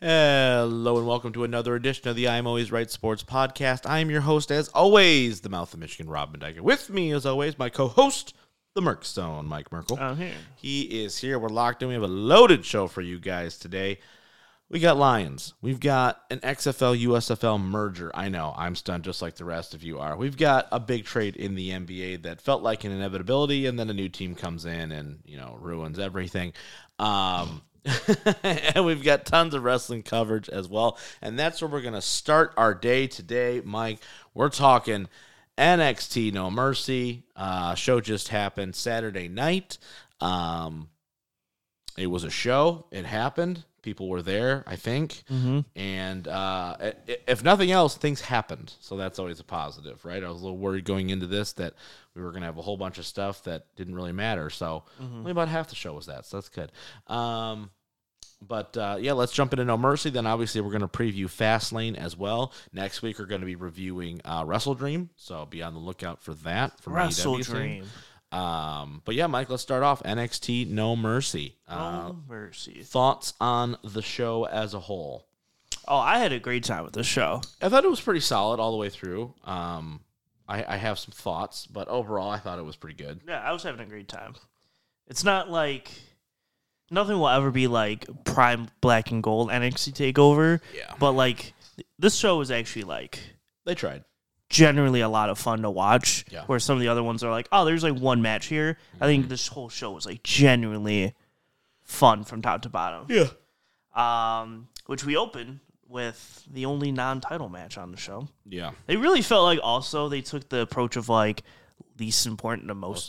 Hello and welcome to another edition of the I'm Always Right Sports Podcast. I am your host, as always, the mouth of Michigan, Rob Mendyker. With me, as always, my co-host, the Merc Stone, Mike Merkel. I'm here. He is here. We're locked in. We have a loaded show for you guys today. We got Lions. We've got an XFL USFL merger. I know, I'm stunned just like the rest of you are. We've got a big trade in the NBA that felt like an inevitability, and then a new team comes in and, you know, ruins everything. Um, and we've got tons of wrestling coverage as well. And that's where we're going to start our day today, Mike. We're talking NXT No Mercy. Uh, show just happened Saturday night. Um, it was a show. It happened. People were there, I think. And uh, i- i- if nothing else, things happened. So that's always a positive, right? I was a little worried going into this that we were going to have a whole bunch of stuff that didn't really matter. So Hmm. Mm-hmm. only about half the show was that. So that's good. Um, but uh, yeah, let's jump into No Mercy. Then obviously we're going to preview Fastlane as well. Next week we're going to be reviewing uh, Wrestle Dream, so be on the lookout for that. From Wrestle AEW 's thing. Dream. Um, but yeah, Mike, let's start off NXT No Mercy. Uh, Oh, mercy. Thoughts on the show as a whole? Oh, I had a great time with this show. I thought it was pretty solid all the way through. Um, I, I have some thoughts, but overall, I thought it was pretty good. Yeah, I was having a great time. It's not like nothing will ever be like prime black and gold NXT takeover. Yeah. But like this show is actually like They tried. generally a lot of fun to watch. Yeah. Mm-hmm. Where some of the other ones are like, oh, there's like one match here. I think this whole show was like genuinely fun from top to bottom. Yeah. Um, which we open with the only non-title match on the show. Yeah. They really felt like also they took the approach of like least important to most,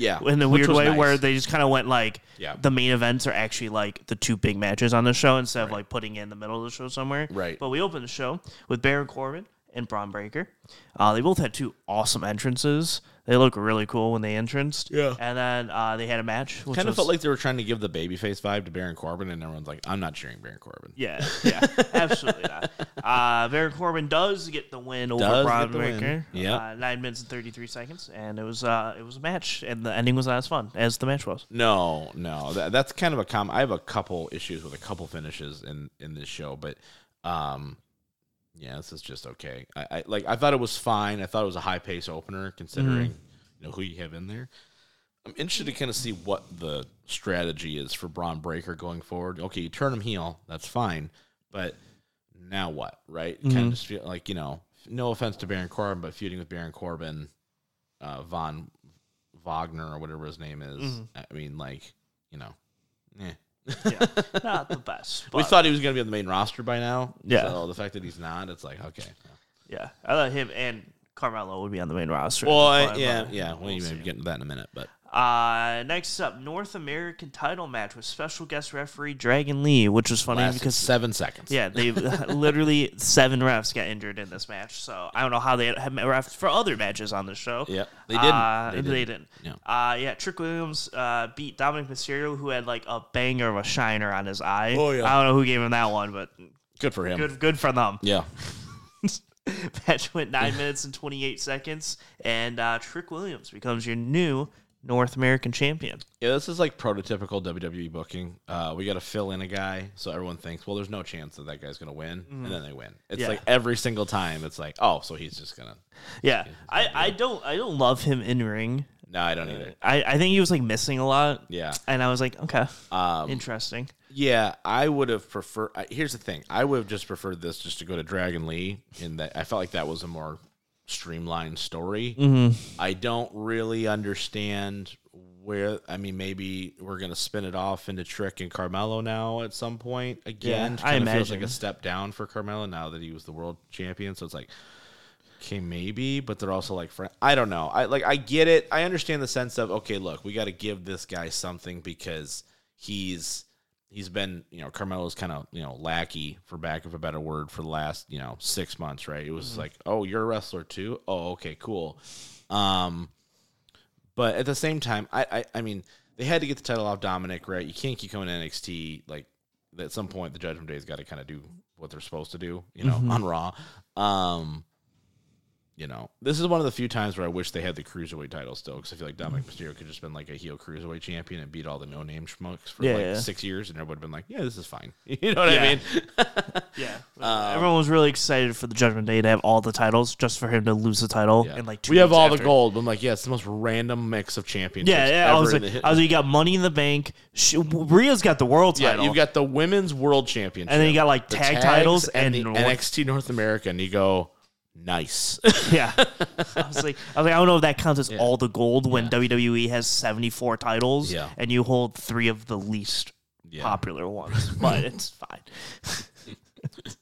important. Yeah, In the which weird was way nice. where they just kind of went like Yeah. the main events are actually like the two big matches on the show instead of like putting it in the middle of the show somewhere. Right. But we opened the show with Baron Corbin and Braun Breaker. Uh, they both had two awesome entrances. They look really cool when they entranced. Yeah. And then uh, they had a match. Which Kind of was, felt like they were trying to give the babyface vibe to Baron Corbin, and everyone's like, I'm not cheering Baron Corbin. Yeah, yeah, absolutely not. Uh, Baron Corbin does get the win over Does Braun get the win. Breaker. Yep. uh, nine minutes and thirty three seconds, and it was uh, it was a match, and the ending was not as fun as the match was. No, no, that, that's kind of a com. I have a couple issues with a couple finishes in in this show, but um, yeah, this is just okay. I, I like. I thought it was fine. I thought it was a high pace opener, considering you know who you have in there. I'm interested to kind of see what the strategy is for Braun Breaker going forward. Okay, you turn him heel, that's fine, but now what? Right? Kind of just feel like you know. No offense to Baron Corbin, but feuding with Baron Corbin, uh, Von Wagner or whatever his name is. I mean, like, you know, eh. Yeah, not the best. But we thought he was going to be on the main roster by now. Yeah. So the fact that he's not, it's like, okay. yeah, I thought him and Carmelo would be on the main roster. Well, But, yeah, uh, yeah. We'll, we'll see. get into that in a minute, but Uh, next up, North American title match with special guest referee Dragon Lee, which was funny lasted because seven seconds. Yeah, they literally seven refs got injured in this match. So I don't know how they had refs for other matches on the show. Yep, they didn't. Uh, They they didn't. didn't. No. Uh, yeah, Trick Williams uh, beat Dominic Mysterio, who had like a banger of a shiner on his eye. Oh, yeah. I don't know who gave him that one, but Good for him. good, good for them. Yeah. match went nine minutes and twenty eight seconds, and uh, Trick Williams becomes your new North American champion. Yeah, this is like prototypical WWE booking. Uh, we got to fill in a guy, so everyone thinks, well, there's no chance that that guy's going to win, and then they win. It's Yeah. like every single time, it's like, oh, so he's just gonna. Yeah, I, I don't I don't love him in ring. No, I don't either. I, I think he was like missing a lot. Yeah. And I was like, okay, Um, interesting. Yeah, I would have preferred. I- Here's the thing: I would have just preferred this just to go to Dragon Lee, in that I felt like that was a more streamlined story. Mm-hmm. I don't really understand where. I mean, maybe we're gonna spin it off into Trick and Carmelo now at some point again. Yeah, I Kinda feels like imagine. a step down for Carmelo now that he was the world champion. So it's like. Okay, maybe, but they're also like friend. I don't know. I like. I get it. I understand the sense of okay. Look, we got to give this guy something because he's he's been you know Carmelo's kind of you know lackey for back of a better word for the last you know six months. Right? It was like oh you're a wrestler too. Oh okay cool. Um, but at the same time, I, I I mean they had to get the title off Dominic. Right? You can't keep coming to NXT like at some point the Mm-hmm. Judgment Day's got to kind of do what they're supposed to do. You know on Raw. Um you know, this is one of the few times where I wish they had the cruiserweight title still because I feel like Mm. Dominic Mysterio could just been like a heel cruiserweight champion and beat all the no name schmucks for Yeah, like yeah. six years and everyone would have been like, yeah, this is fine. You know what Yeah. I mean? Yeah. um, Everyone was really excited for the Judgment Day to have all the titles just for him to lose the title Yeah. and like two we have weeks all the after. gold. But I'm like, yeah, it's the most random mix of championships. Yeah, yeah. I ever was in like, the hi- I was like, you got Money in the Bank. She, Rhea's got the world yeah, title. you've got the women's world championship, and then you got like the tag tags titles and, and, the NXT North America, and you go, nice. yeah. I was like, I was like, I don't know if that counts as all the gold when WWE has seventy four titles, Yeah. and you hold three of the least Yeah. popular ones, but it's fine.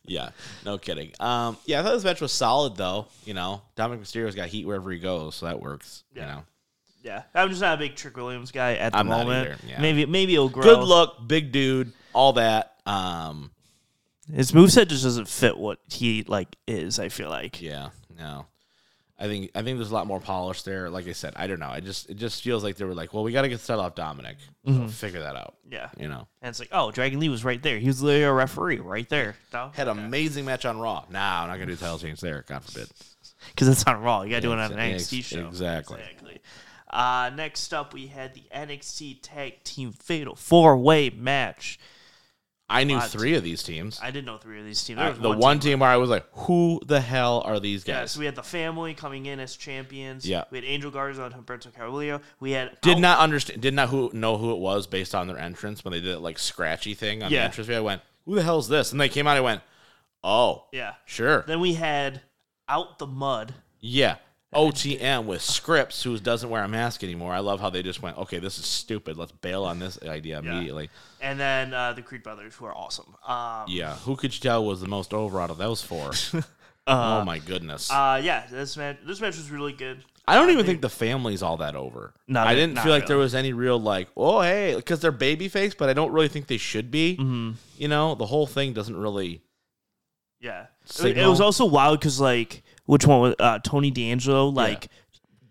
Yeah, no kidding. Um, yeah, I thought this match was solid though. You know, Dominic Mysterio's got heat wherever he goes, so that works. You know, Yeah, I'm just not a big Trick Williams guy at the I'm not moment. either, yeah. Maybe maybe it'll grow. good luck, big dude, all that. Um, His moveset just doesn't fit what he like is. I feel like. yeah, no, I think I think there's a lot more polish there. Like I said, I don't know. I just it just feels like they were like, well, we got to get set off Dominic, so figure that out. Yeah. You know, And it's like, oh, Dragon Lee was right there. He was literally a referee right there. Because had an amazing match on Raw. Nah, I'm not gonna do title change there. God forbid. it's on Raw. You got to do it on an ex- NXT show. exactly. Exactly. Uh, next up, we had the NXT Tag Team Fatal Four Way Match. I knew Lot. three of these teams. I didn't know three of these teams. There I- was Uh, the one, team. team where I was like, who the hell are these Yeah, guys? so we had the family coming in as champions. Yeah. We had Angel Garza and Humberto Carrillo. We had Did Al- not understand. Did not who know who it was based on their entrance when they did that like scratchy thing on Yeah. the entrance. I went, "Who the hell is this?" And they came out. I went, "Oh, Yeah. sure, Then we had Out the Mud. yeah." OTM with Scripps, who doesn't wear a mask anymore. I love how they just went, "Okay, this is stupid. Let's bail on this idea immediately." And then uh, the Creed Brothers, who are awesome. Um, Yeah, who could you tell was the most over out of those four? oh my goodness! Uh, yeah, this match this match was really good. I don't even think the family's all that over. Not- I didn't not feel like there was any real like, oh hey, because they're baby face, but I don't really think they should be. Mm-hmm. You know, the whole thing doesn't really. Yeah, It- it, Signal. was also wild because like which one was uh, Tony D'Angelo like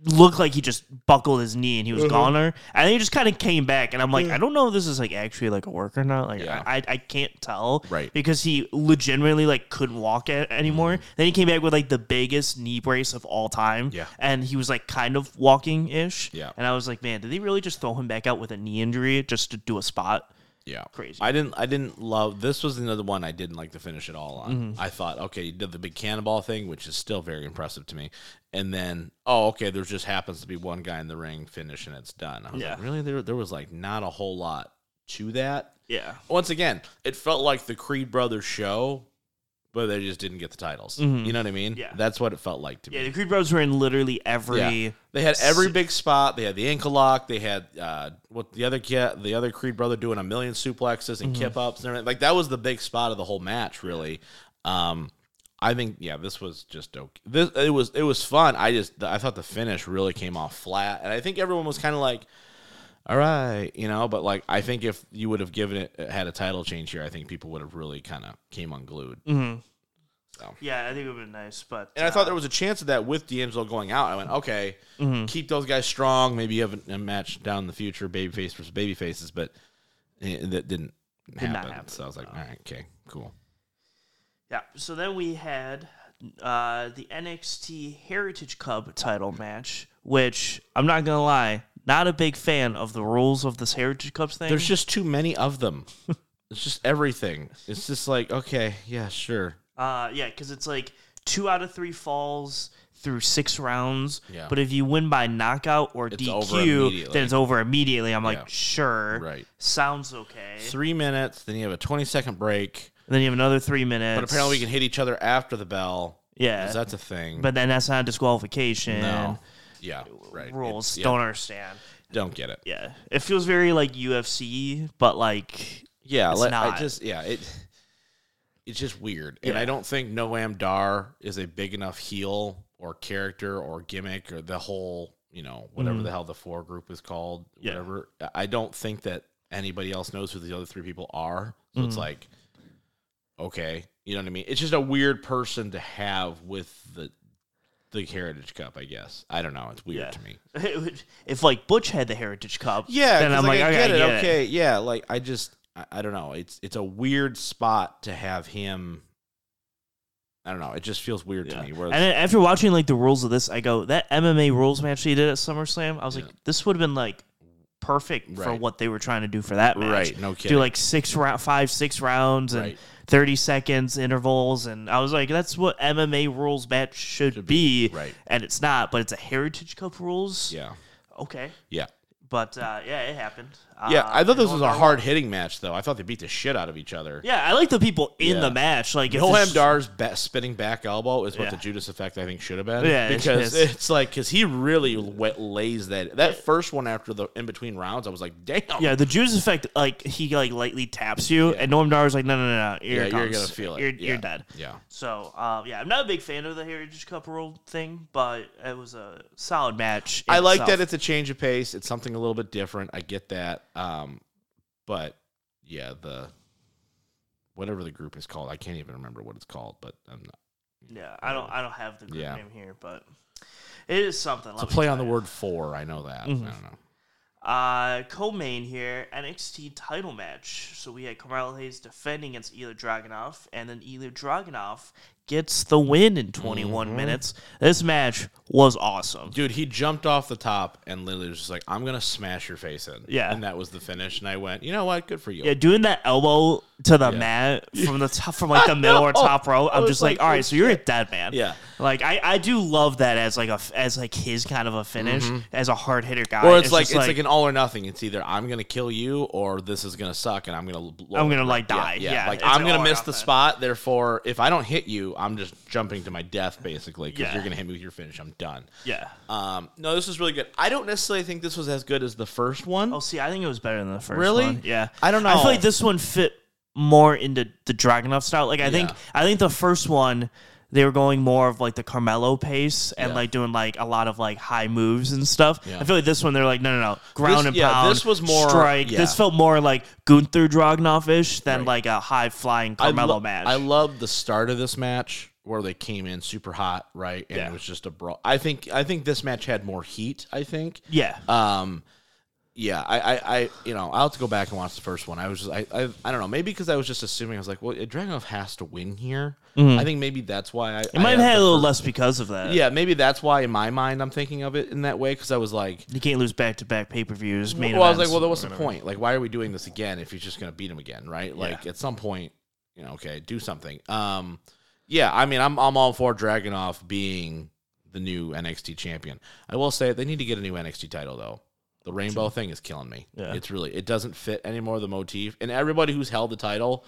looked like he just buckled his knee and he was goner, and then he just kind of came back, and I'm like, I don't know if this is like actually like a work or not. Like Yeah. I I can't tell Right. Mm-hmm. because he legitimately like couldn't walk a- anymore. Then he came back with like the biggest knee brace of all time. Yeah. and he was like kind of walking ish. Yeah. and I was like, man, did they really just throw him back out with a knee injury just to do a spot? Yeah, Crazy. I didn't. I didn't love. This was another one I didn't like the finish at all on. Mm-hmm. I thought, okay, you did the big cannonball thing, which is still very impressive to me. And then, oh, okay, there just happens to be one guy in the ring finish, and it's done. I was Yeah. like, really? There, there was like not a whole lot to that. Yeah, Once again, it felt like the Creed Brothers show, but they just didn't get the titles. You know what I mean? Mm-hmm. Yeah. that's what it felt like to me. yeah. The Creed Brothers were in literally every. Yeah. They had every big spot. They had the ankle lock. They had uh, what the other kid, the other Creed brother, doing a million suplexes and kip ups and everything. Like that was the big spot of the whole match, really. Um, I think yeah, this was just okay. This it was it was fun. I just I thought the finish really came off flat, and I think everyone was kind of like, all right, you know. But like I think if you would have given it had a title change here, I think people would have really kind of came unglued. Yeah, I think it would have been nice, but And I thought there was a chance of that with D'Angelo going out. I went, okay, Mm-hmm. keep those guys strong. Maybe you have a, a match down in the future, babyface versus babyfaces, but it, that didn't happen. not happen, Oh. So I was like, all right, okay, cool. yeah. So then we had uh, the NXT Heritage Cup title match, which I'm not gonna lie, not a big fan of the rules of this Heritage Cup thing. There's just too many of them. it's just everything. It's just like, okay, yeah, sure. uh, yeah, because it's like two out of three falls through six rounds, Yeah. but if you win by knockout or over DQ, immediately. then it's over immediately. I'm Yeah. like, sure, Right. sounds okay. Three minutes, then you have a 20 second break, And then you have another three minutes, but apparently we can hit each other after the bell. 'cause yeah. That's a thing. But then that's not a disqualification. no. Yeah, right. Rules It's- yeah, don't understand. don't get it. yeah it feels very like ufc but like Yeah, like, not. I just yeah, it it's just weird. And I don't think Noam Dar is a big enough heel or character or gimmick or the whole, you know, whatever the hell the four group is called, Mm. Yeah. whatever. I- I don't think that anybody else knows who the other three people are. So Mm. it's like okay, you know what I mean? It's just a weird person to have with the the Heritage Cup, I guess. I don't know. It's weird Yeah. to me. it would- if like butch had the heritage cup Yeah, then 'cause, i'm like, I okay, get it. I get it. okay, yeah. Like I just, I, I don't know. It's it's a weird spot to have him I don't know. It just feels weird to me. Whereas, And then after watching like the rules of this, I go that MMA rules match they did at SummerSlam. I was like, this would have been like perfect for Right. what they were trying to do for that match. Right, no Do kidding. like six round, five, six rounds, and Right. thirty seconds intervals, and I was like, that's what MMA rules match should, be. right. And it's not, but it's a Heritage Cup rules. yeah, Okay. yeah, But uh, yeah, it happened. yeah. Uh, I thought and this was a Noam Dar- hard hitting match, though. I thought they beat the shit out of each other. Yeah, I like the people in Yeah. the match. Like if Noam this- Dar's ba- spinning back elbow is what Yeah. the Judas effect I think should have been. Yeah, it because is. it's like because he really wet lays that that first one after the in between rounds. I was like, damn, Yeah, the Judas effect, like he like lightly taps you, and Norm Dar is like, no, no, no, no, Yeah, here it you're comes. gonna feel it. You're, you're Yeah. dead. yeah. So, um, yeah, I'm not a big fan of the Heritage Cup rule thing, but it was a solid match. in I like itself. that it's a change of pace. It's something a little bit different. I get that. Um, but yeah, the whatever the group is called, I can't even remember what it's called. But I'm not, Yeah, I don't, I don't have the group Yeah. name here, but it is something. to play on the word four, I know that. Mm-hmm. I don't know. Uh, co-main here, NXT title match. So we had Carmelo Hayes defending against Ilya Dragunov, and then Ilya Dragunov gets the win in 21 Mm-hmm. minutes. This match was awesome. Dude, he jumped off the top and literally was just like, "I'm gonna smash your face in." Yeah. and that was the finish. And I went, "You know what? Good for you." Yeah, doing that elbow to the mat from the top, from like the middle or know. top row. I I'm was just like, like, all oh, right, so you're a dead man. Yeah. like I, I do love that as like a f- as like his kind of a finish as a hard hitter guy. Mm-hmm. Or it's, like just it's like, an all or nothing. It's either I'm gonna kill you, or this is gonna suck, and I'm gonna blow I'm it. gonna like Yeah, die. yeah. Yeah, like it's I'm an gonna all or miss the nothing. spot. Therefore, if I don't hit you, I'm just jumping to my death basically because Yeah. you're gonna hit me with your finish. I'm done. Yeah. Um, no, this was really good. I don't necessarily think this was as good as the first one. Oh, see, I think it was better than the first. Really? one. Yeah. I don't I feel know. like this one fit more into the Dragunov style. Like I think Yeah. I think the first one they were going more of like the Carmelo pace and Yeah. like doing like a lot of like high moves and stuff. Yeah. I feel like this one they're like no no no ground This- and yeah, pound. this was more- strike. yeah. This felt more like Gunther Dragunov ish than Right. like a high flying I Carmelo lo- match. I love the start of this match where they came in super hot, right? And it was just a brawl. I think I think this match had more heat. I think. yeah. Um, yeah, I, I, I, you know, I'll have to go back and watch the first one. I was just, I, I, I don't know, maybe because I was just assuming I was like, well, Dragunov has to win here. I think maybe that's why I. Mm-hmm. it might have had a little less because of that. Yeah, maybe that's why in my mind I'm thinking of it in that way because I was like, You can't lose back to back pay per views. well, I was like, well, then what's the point? Like, why are we doing this again if he's just going to beat him again, right? Like, at some point, you know, okay, do something. Um, yeah, I mean, I'm I'm all for Dragunov being the new NXT champion. I will say they need to get a new NXT title though. The rainbow thing is killing me. Yeah. It's really it doesn't fit anymore the motif, and everybody who's held the title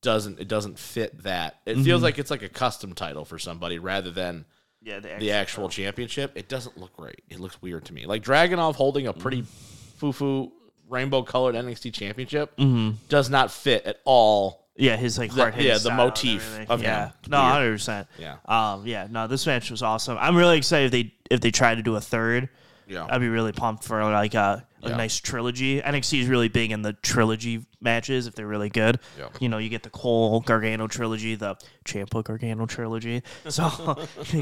doesn't it doesn't fit that. It feels like it's like a custom title for somebody rather than yeah, the the actual championship, it doesn't look great. It looks weird to me. Like Dragonov holding a pretty Mm-hmm. foo foo rainbow colored NXT championship does not fit at all. Yeah, his like hard yeah, the motif of him. yeah. No, Weird. hundred percent. Yeah. Um. Yeah. No, this match was awesome. I'm really excited if they if they try to do a third. Yeah. I'd be really pumped for like a, a Yeah. nice trilogy. NXT is really big in the trilogy matches if they're really good. Yeah. You know, you get the Cole Gargano trilogy, the Champa Gargano trilogy. So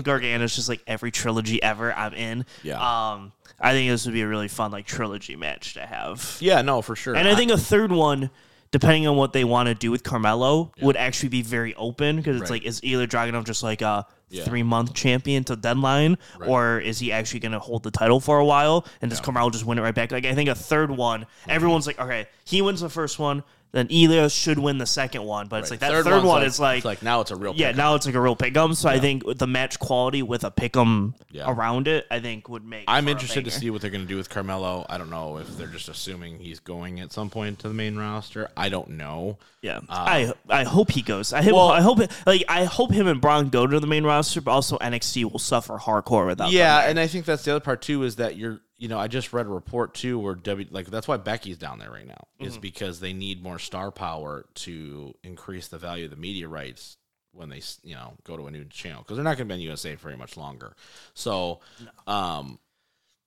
Gargano's just like every trilogy ever I'm in. Yeah. Um. I think this would be a really fun like trilogy match to have. Yeah, no, for sure. And I think a third one, depending on what they want to do with Carmelo, would actually be very open because it's Right. like, is Ilya Dragunov just like a Yeah. three month champion to deadline, or is he actually going to hold the title for a while and does Carmelo just win it right back? Like, I think a third one, Mm-hmm. everyone's like, okay, he wins the first one, then Ilya should win the second one, but it's like that third, one's one is like. now it's a real yeah, pick. now it's like a real pick'em. So I think with the match quality with a pick'em Yeah. around it, I think would make. I'm for a interested to banger. see what they're going to do with Carmelo. I don't know if they're just assuming he's going at some point to the main roster. I don't know. Yeah, I I hope he goes. I hope I hope like I hope him and Braun go to the main roster, but also NXT will suffer hardcore without. them. Yeah, and I think that's the other part too is that you're, you know, I just read a report too where W like that's why Becky's down there right now is because they need more star power to increase the value of the media rights when they, s- you know, go to a new channel because they're not going to be in USA very much longer. So, um,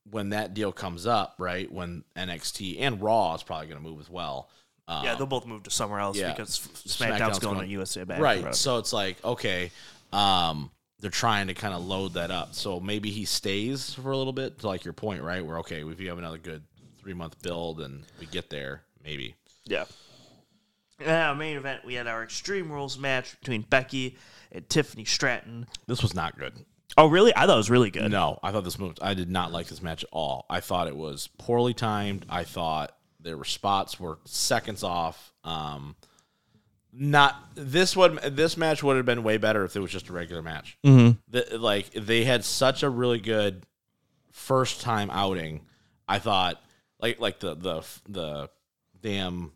when that deal comes up, right, when NXT and Raw is probably going to move as well. Um, yeah, they'll both move to somewhere else yeah. because SmackDown's, SmackDown's going, going- to USA back. right so it's like okay um they're trying to kind of load that up so maybe he stays for a little bit to like your point right where okay if you have another good three month build and we get there maybe yeah. And at our Uh, main event, we had our Extreme Rules match between Becky and Tiffany Stratton. This was not good. Oh, really? I thought it was really good. No, I thought this moved. I did not like this match at all. I thought it was poorly timed. I thought there were spots were seconds off. Um, not this would this match would have been way better if it was just a regular match. Mm-hmm. The, like they had such a really good first time outing. I thought like like the the the damn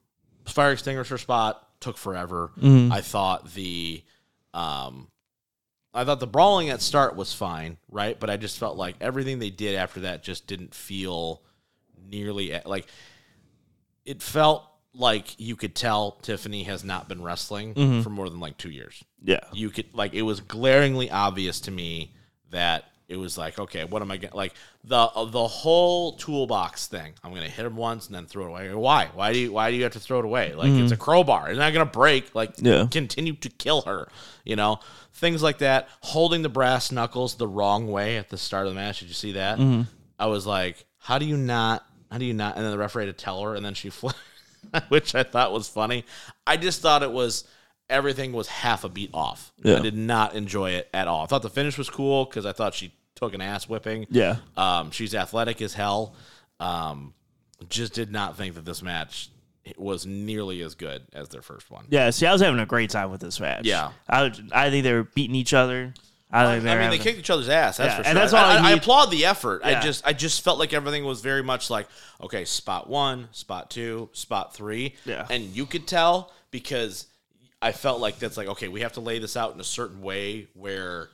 fire extinguisher spot took forever. I thought the um I thought the brawling at start was fine, right? But I just felt like everything they did after that just didn't feel nearly a- like it felt like you could tell Tiffany has not been wrestling for more than like 2 years. Yeah. You could like it was glaringly obvious to me that it was like, okay, what am I going to like the the whole toolbox thing. I'm going to hit him once and then throw it away. Why? Why do you why do you have to throw it away? Like it's a crowbar. It's not going to break. Like Yeah. continue to kill her, you know? Things like that. Holding the brass knuckles the wrong way at the start of the match. Did you see that? Mm-hmm. I was like, how do you not how do you not and then the referee had to tell her and then she flipped which I thought was funny. I just thought it was everything was half a beat off. Yeah. I did not enjoy it at all. I thought the finish was cool because I thought she took an ass whipping. Yeah. Um, she's athletic as hell. Um, just did not think that this match was nearly as good as their first one. Yeah, see, I was having a great time with this match. Yeah. I, was- I think they were beating each other. I, think they I were mean, they having- kicked each other's ass. That's Yeah, for sure. and that's all I I, I need. applaud the effort. Yeah. I just, I just felt like everything was very much like, okay, spot one, spot two, spot three. Yeah. and you could tell because I felt like that's like, okay, we have to lay this out in a certain way where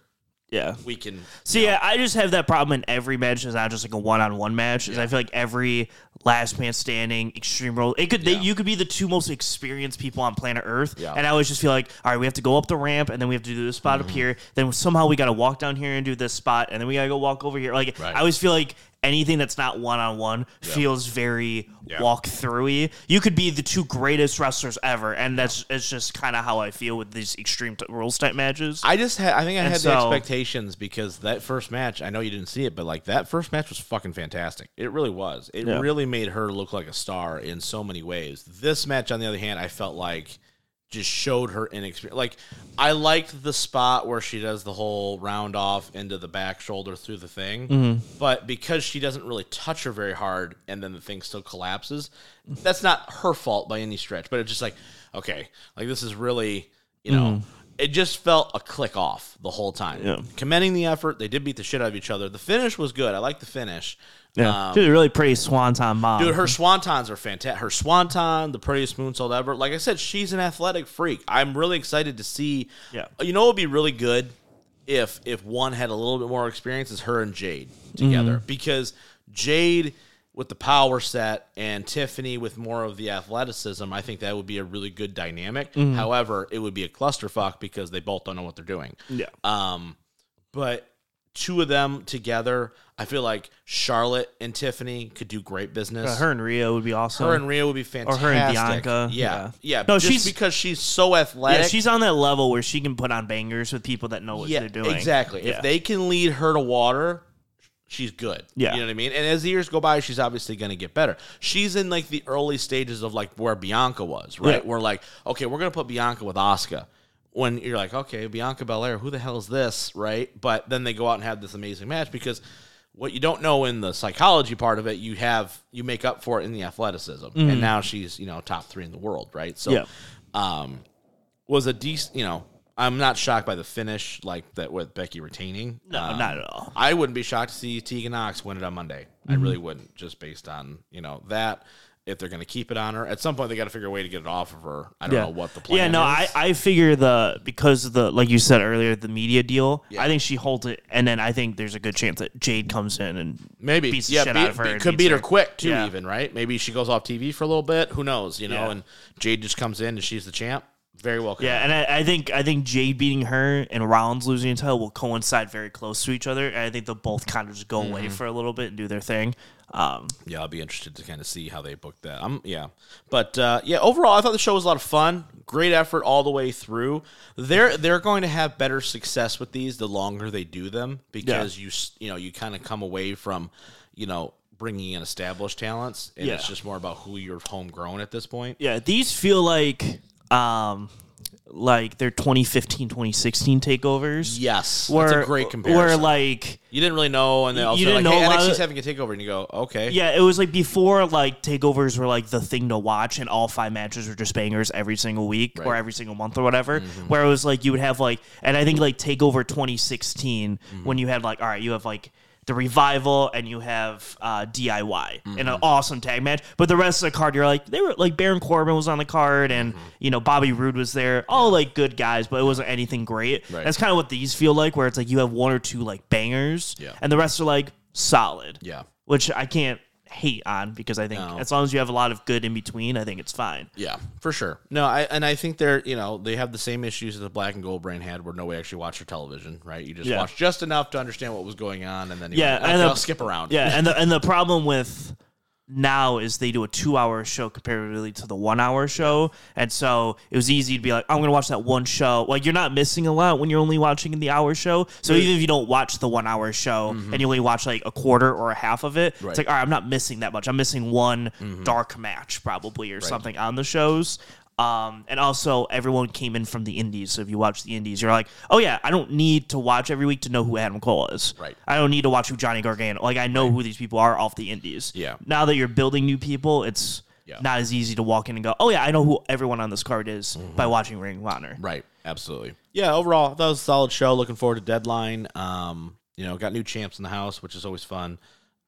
yeah. we can. See, yeah, I just have that problem in every match. It's not just like a one-on-one match. Is I feel like every last man standing, extreme role, it could they, you could be the two most experienced people on planet Earth, Yeah. and I always just feel like, all right, we have to go up the ramp, and then we have to do this spot up Mm-hmm. here, then somehow we got to walk down here and do this spot, and then we got to go walk over here. Like Right. I always feel like anything that's not one-on-one feels very Yeah. walk throughy. You could be the two greatest wrestlers ever, and that's it's just kind of how I feel with these extreme t- rules type matches. I just had, I think I And had the so- expectations because that first match, I know you didn't see it, but like that first match was fucking fantastic. It really was. It Yeah. really made her look like a star in so many ways. This match, on the other hand, I felt like just showed her inexperience. Like I liked the spot where she does the whole round off into the back shoulder through the thing, Mm-hmm. but because she doesn't really touch her very hard, and then the thing still collapses, that's not her fault by any stretch. But it's just like, okay, like this is really, you know. It just felt a click off the whole time. Mm. Yeah. Commending the effort, they did beat the shit out of each other. The finish was good. I like the finish. Yeah, Um, dude, really pretty swanton mom. Dude, her swantons are fantastic. Her swanton, the prettiest moonsault ever. Like I said, she's an athletic freak. I'm really excited to see. Yeah. You know, it would be really good if if one had a little bit more experience is her and Jade together because Jade with the power set and Tiffany with more of the athleticism, I think that would be a really good dynamic. However, it would be a clusterfuck because they both don't know what they're doing. yeah. Um, but two of them together, I feel like Charlotte and Tiffany could do great business. her and Rhea would be awesome. Her and Rhea would be Or fantastic. her and Bianca, Yeah. Yeah. No, just she's- because she's so yeah, athletic. she's on that level where she can put on bangers with people that know what Yeah, they're doing. Exactly. Yeah. If they can lead her to water, she's good. Yeah. You know what I mean? And as the years go by, she's obviously going to get better. She's in like the early stages of like where Bianca was, right? Yeah. We're like, okay, we're going to put Bianca with Asuka. When you're like, okay, Bianca Belair, who the hell is this, right? But then they go out and have this amazing match because what you don't know in the psychology part of it, you have you make up for it in the athleticism, and now she's you know top three in the world, right? So, Mm. Yeah. um, was a decent, you know, I'm not shocked by the finish like that with Becky retaining. No, Um, not at all. I wouldn't be shocked to see Tegan Knox win it on Monday. I really wouldn't, just based on, you know, that. If they're going to keep it on her, at some point they got to figure a way to get it off of her. I don't Yeah. know what the plan Yeah, no, I, is. I figure the because of the like you said earlier, the media deal. Yeah. I think she holds it, and then I think there's a good chance that Jade comes in and Maybe. beats the yeah, shit beat- out of her beat- and could beats beat her, her. quick, too, Yeah. even, right? Maybe she goes off TV for a little bit. Who knows, you know? Yeah. And Jade just comes in and she's the champ. Very well. could yeah, and I, I think I think Jade beating her and Rollins losing the title will coincide very close to each other, and I think they'll both kind of just go away Mm-hmm. for a little bit and do their thing. Um, yeah, I'll be interested to kind of see how they book that. Um, yeah, but uh, yeah, overall, I thought the show was a lot of fun. Great effort all the way through. They're they're going to have better success with these the longer they do them because you s- you know you kind of come away from you know bringing in established talents and it's Yeah. just more about who you're homegrown at this point. Yeah, these feel like um, like their 2015 2016 takeovers. Yes, Where, that's a great comparison. Where like you didn't really know, and then also you like, didn't hey, know a lot NXT's of- having a takeover, and you go, okay, yeah, it was like before like takeovers were like the thing to watch, and all five matches were just bangers every single week or Right. Mm-hmm. every single month or whatever. Where it was like you would have like, and I think like Takeover 2016 Mm-hmm. when you had like, all right, you have like the revival and you have uh, DIY and Mm-hmm. an awesome tag match, but the rest of the card you're like they were like Baron Corbin was on the card and Mm-hmm. you know Bobby Roode was there, all like good guys, but it wasn't anything great. Right. That's kind of what these feel like, where it's like you have one or two like bangers, Yeah. and the rest are like solid yeah, which I can't hate on because I think as long as you have a lot of good in between, I think it's fine. Yeah, for sure. No, I and I think they're you know they have the same issues that the black and gold brain had, where nobody actually watched their television, right? You just Yeah. watched just enough to understand what was going on, and then you Yeah, went, okay, and the- I'll skip around. Yeah, and the and the problem with now is they do a two-hour show comparatively to the one-hour show, and so it was easy to be like, I'm gonna watch that one show. Like you're not missing a lot when you're only watching the hour show. So even if you don't watch the one-hour show and you only watch like a quarter or a half of Mm-hmm. it, Right. Mm-hmm. it's like, all right, I'm not missing that much. I'm missing one dark match probably or something on the shows. Um, and also, everyone came in from the indies. So if you watch the indies, you're like, oh yeah, I don't need to watch every week to know who Adam Cole is. Right. I don't need to watch who Johnny Gargano. Like I know who these people are off the indies. Yeah. Now that you're building new people, it's Yeah. not as easy to walk in and go, "Oh yeah, I know who everyone on this card is" Mm-hmm. by watching Ring of Honor. right, absolutely. Yeah, overall that was a solid show. Looking forward to deadline. Um, you know, got new champs in the house, which is always fun.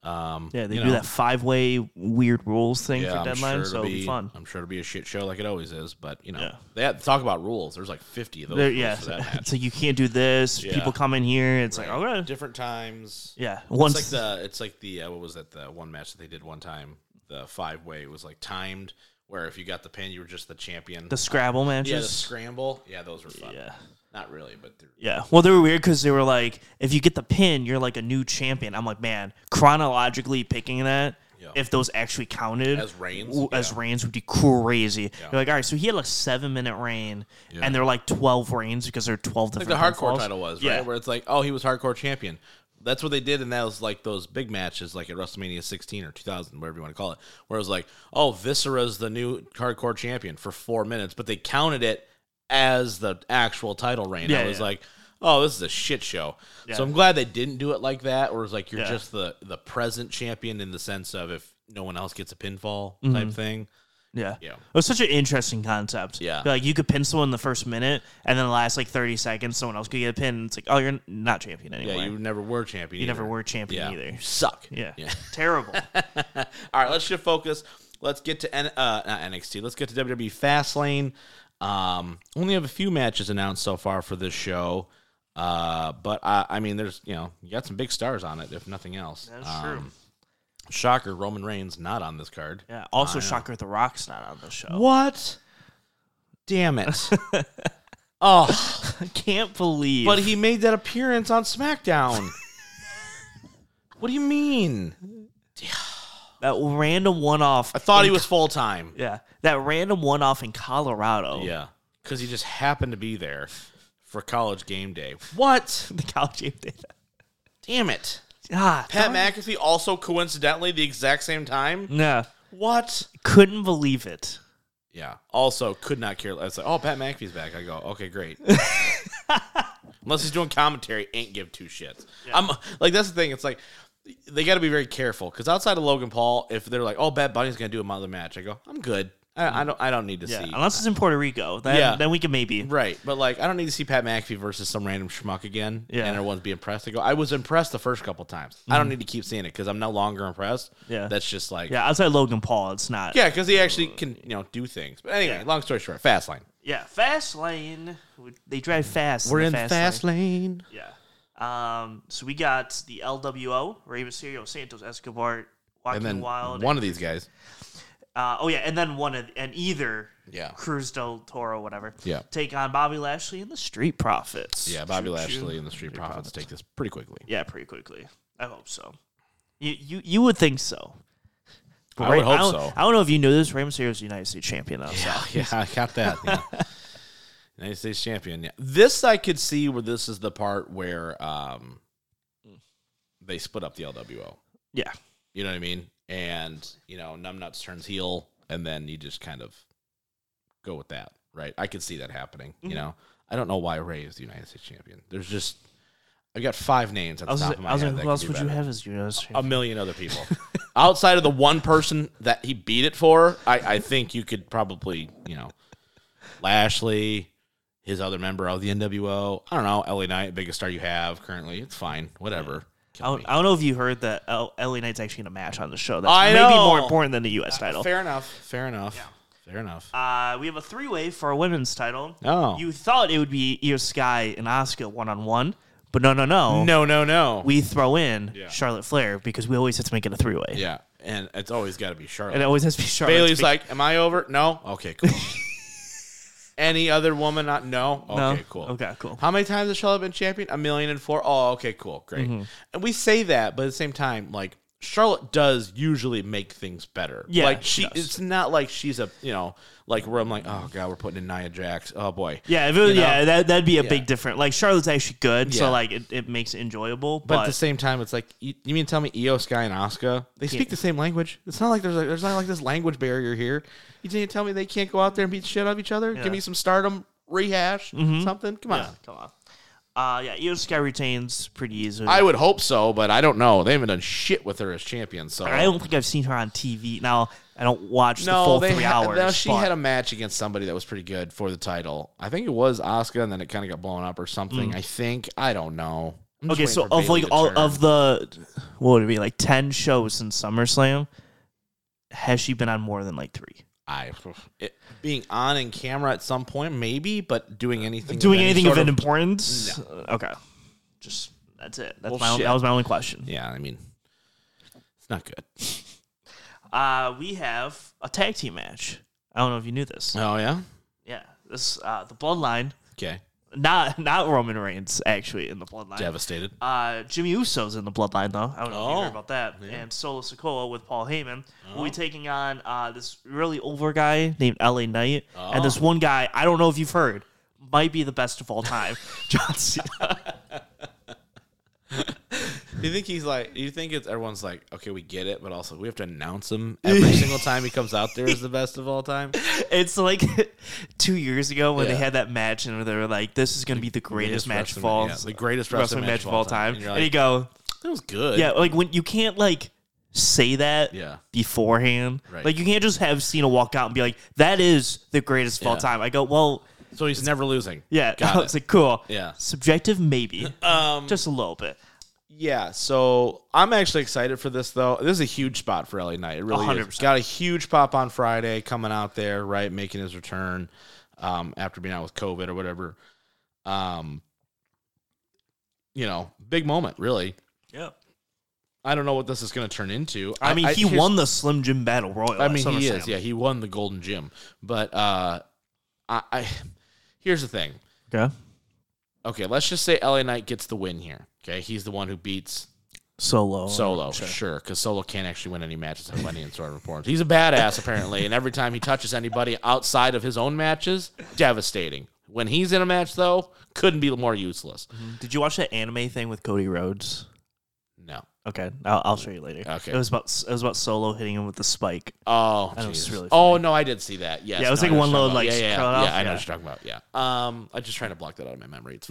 Um, Yeah, they you do know, that five way weird rules thing yeah, for I'm deadline, sure so it'll be, fun. I'm sure it'll be a shit show like it always is, but you know, Yeah. they had talk about rules. There's like 50 of those. There- rules yeah, for that match. it's like you can't do this. Yeah. People come in here. It's like, all right, Different times. yeah. Once It's like the it's like the uh, what was that the one match that they did one time the five way was like timed where if you got the pin you were just the champion. the Scrabble matches. yeah, the scramble. Yeah, those were fun. yeah. Not really, but they're, Yeah. Well, they were weird because they were like, if you get the pin, you're like a new champion. I'm like, man, chronologically picking that, Yeah. if those actually counted As reigns? w- as Yeah. reigns would be crazy. You're like, all right, so he had like seven minute reign, and they're like twelve reigns because they're twelve like different. the hardcore pinfalls. title was, right? Yeah. Where it's like, "Oh, he was hardcore champion." That's what they did and that was like those big matches like at WrestleMania 16 or 2000, whatever you want to call it, where it was like, "Oh, Viscera's the new hardcore champion for 4 minutes," but they counted it as the actual title reign. I Yeah, was yeah. like, "Oh, this is a shit show." So I'm glad they didn't do it like that where it's like you're Yeah. just the the present champion in the sense of if no one else gets a pinfall type thing. Yeah. Yeah. It was such an interesting concept. Yeah. Like you could pin someone in the first minute and then the last like 30 seconds someone else could get a pin and it's like, "Oh, you're n- not champion Yeah, anymore. you never were champion. you never were champion yeah. either." You suck. Yeah. Yeah. Terrible. All right, let's shift focus. Let's get to N- uh, not NXT. Let's get to WWE Fastlane. Um, only have a few matches announced so far for this show, uh, but I, I mean, there's you know you got some big stars on it. If nothing else, Uh, That's true. Shocker, Roman Reigns not on this card. Yeah. Also shocker the Rock's not on the show. What? Damn it! oh, I can't believe. but he made that appearance on SmackDown. what do you mean? that random one off. I thought he was full time. Yeah. That random one off in Colorado. Yeah, because he just happened to be there for college game day. What? The college game did that. Damn it! Ah, Pat McAfee also coincidentally the exact same time. no. What? Couldn't believe it. Yeah. Also, could not care less. Like, oh, Pat McAfee's back. I go, okay, great. Unless he's doing commentary, ain't give two shits. I'm like, that's the thing. It's like they got to be very careful because outside of Logan Paul, if they're like, oh, Bad Bunny's gonna do another match, I go, I'm good. I, I don't. I don't need to Yeah. see. Unless it's in Puerto Rico. Then, Yeah. then we can maybe. Right, but like I don't need to see Pat McAfee versus some random schmuck again, Yeah. and everyone's be impressed. I go, I was impressed the first couple times. I don't need to keep seeing it because I'm no longer impressed. Yeah. that's just like Mm-hmm. yeah, Yeah. Outside Logan Paul, it's not. because he actually can you know do things. But anyway, Yeah. long story short, fast lane. Yeah, fast lane. They drive fast. We're the in fast lane. lane. Yeah. Um. So we got the LWO, Rey Mysterio, Santos Escobar, Joaquin and then Wild. one of these guys. uh, oh yeah, and then one of and either Yeah. Cruz del Toro, whatever. Yeah. Take on Bobby Lashley and the Street Profits. Yeah, Bobby Choo-choo. Lashley and the Street Profits take this pretty quickly. Yeah, pretty quickly. I hope so. You you you would think so. But I would Rey- hope don't- so. I don't know if you knew this. Rey Mysterio is the United States champion. Now, so. Yeah, yeah, I got that. Yeah. United States champion. Yeah. This I could see where this is the part where um they split up the LWO. yeah. You know what I mean? And you know, Numbnuts turns heel, and then you just kind of go with that, right? I could see that happening. You Mm-hmm. know, I don't know why Ray is the United States champion. There's just I've got five names at I the was, top like, of my I was head. that like, who could else do would you better. have as you know? A million other people. Outside of the one person that he beat it for, I, I think you could probably, you know, Lashley, his other member of the NWO. I don't know, LA Knight, biggest star you have currently. It's fine, whatever. I don't, I don't know if you heard that L- LA Knight's actually in a match on the show. That's I maybe more know. important than the U.S. title. Fair enough. Fair enough. Fair enough. Uh, we have a three way for a women's title. Oh. You thought it would be Io Sky and Asuka one on one, but no, no, no. no, no, no. We throw in Yeah. Charlotte Flair because we always have to make it a three way. yeah, and it's always got to be Charlotte. And it always has to be Charlotte. Bailey's like, "Am I over? No. Okay, cool. Any other woman? Not no. Okay, No? cool. Okay, cool. How many times has Charlotte been champion? A million and four. Oh, okay, cool, great. And we say that, but at the same time, like Charlotte does usually make things better. Yeah, like she she, does. it's not like she's a you know like where I'm like, oh god, we're putting in Nia Jax. Oh boy. yeah, if it was, You know? yeah, that, that'd be a Yeah. big difference. Like, Charlotte's actually good, Yeah. so, like, it, it makes it enjoyable. But But, at the same time, it's like you, you mean to tell me Io Sky and Asuka they speak the same language. It's not like there's like, there's not like this language barrier here. You didn't tell me they can't go out there and beat the shit out of each other. Yeah. Give me some stardom rehash something. Come on, yeah, come on. Uh, yeah, Io Sky retains pretty easily. I would hope so, but I don't know. They haven't done shit with her as champion. So I don't think I've seen her on TV. Now, I don't watch the no, full they three had- hours. no, she but- had a match against somebody that was pretty good for the title. I think it was Asuka, and then it kind of got blown up or something. I think I don't know. I'm just Mm. Okay, waiting so for of Bayley like to all turn. of the what would it be like ten shows since SummerSlam, has she been on more than like three? I it, being on in camera at some point, maybe, but doing anything, Doing any anything sort of an importance? Uh, Okay, just that's it. That's Well, my own, shit. that was my only question. yeah, I mean, it's not good. Uh, we have a tag team match. I don't know if you knew this. Oh yeah, Yeah, this uh, the Bloodline, okay, not not Roman Reigns actually in the Bloodline. devastated. Uh, Jimmy Uso's in the bloodline, though. I don't know if you Oh, heard about that. And Solo Sokoa with Paul Heyman will be taking on uh, this really over guy named LA Knight. Oh. And this one guy, I don't know if you've heard, might be the best of all time, John Cena. Do you think he's like? Do you think it's everyone's like? Okay, we get it, but also we have to announce him every single time he comes out there as the best of all time. It's like two years ago when they Yeah. had that match and they were like, this is going to be the greatest, match wrestling- of all yeah, the greatest wrestling match of all time. And And, you're you like, go, that was good. yeah, like when you can't like say that Yeah. beforehand. Right. Like you can't just have Cena walk out and be like, that is the greatest of all Yeah. time. I go, well, So he's never losing. Yeah, Got I it. was like, cool. Yeah. subjective, maybe um, just a little bit. Yeah, so I'm actually excited for this though. This is a huge spot for LA Knight. It really is. 100%. Got a huge pop on Friday coming out there, right, making his return um, after being out with COVID or whatever. Um, you know, big moment, really. Yeah, I don't know what this is going to turn into. I mean, he here's- won the Slim Jim Battle Royal. I at mean, he SummerSlam. is. Yeah, he won the Golden Gym. But uh, I, I here's the thing. Okay. Okay, let's just say LA Knight gets the win here. Okay, he's the one who beats Solo. Solo, sure, because Solo can't actually win any matches of any sort of importance. He's a badass apparently, and every time he touches anybody outside of his own matches, devastating. When he's in a match though, couldn't be more useless. Mm-hmm. Did you watch that anime thing with Cody Rhodes? No. Okay, I'll, I'll show you later. Okay. It was about it was about Solo hitting him with the spike. Oh, know, it's Jesus. really oh no, I did see that. Yes, Yeah, it was no, I like know one what you're talking load, like, about. yeah, yeah, scrolled yeah. off, yeah, I know yeah. what you're talking about. Yeah. Um, I'm just trying to block that out of my memory. It's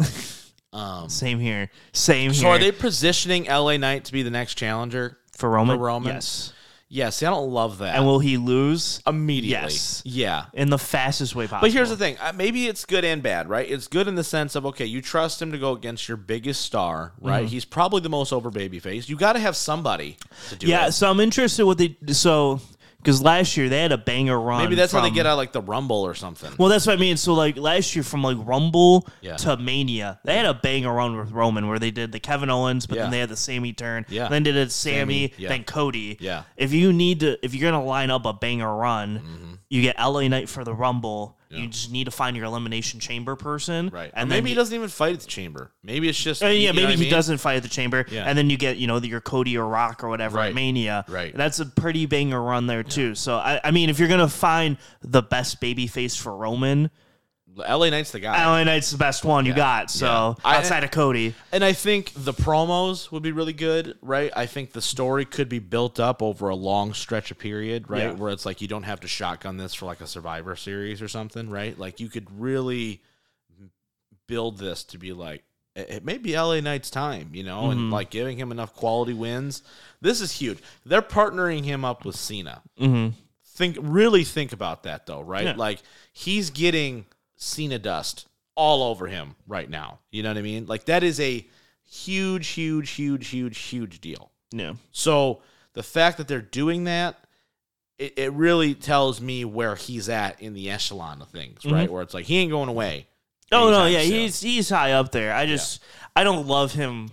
fine. um, Same here. Same so here. are they positioning LA Knight to be the next challenger? for Roman? for Roman? Yes. Yeah, see, I don't love that. And will he lose immediately. Yes. Yeah. in the fastest way possible? Um, But here's the thing: Uh, maybe it's good and bad, right? It's good in the sense of okay, you trust him to go against your biggest star, right? Mm-hmm. He's probably the most over babyface. You got to have somebody to do yeah. it. So I'm interested what they so because last year they had a banger run. Maybe that's how they from- get out like the Rumble or something. Well, that's what I mean. So, like last year, from like Rumble Yeah. to Mania, they had a banger run with Roman where they did the Kevin Owens, but Yeah. then they had the Sammy turn. Yeah. Then did it Sammy, Sammy, yeah. then Cody. Yeah. If you need to, if you're gonna line up a banger run, Mm-hmm. you get LA Knight for the Rumble. You just need to find your elimination chamber person, right. And And maybe then he doesn't even fight at the chamber. Maybe it's just uh, yeah, you know maybe what I he mean? doesn't fight at the chamber, Yeah. and then you get you know your Cody or Rock or whatever at Right. Mania. Right. that's a pretty banger run there too. So I, I mean, if you're gonna find the best baby face for Roman, LA Knight's the guy. LA Knight's the best one you got. So I- outside of Cody, And I think the promos would be really good, right? I think the story could be built up over a long stretch of period, right? Yeah. Where it's like you don't have to shotgun this for like a Survivor series or something, right? Like you could really build this to be like it it may be LA Knight's time, you know, and like giving him enough quality wins. This is huge. They're partnering him up with Cena. Mm-hmm. Think really think about that though, right? Yeah. Like he's getting Cena dust all over him right now. You know what I mean? Like that is a huge, huge, huge, huge, huge deal. yeah, So the fact that they're doing that, it, it really tells me where he's at in the echelon of things, Mm-hmm. right? Where it's like he ain't going away. Oh no, anytime yeah, soon. he's he's high up there. I just I don't love him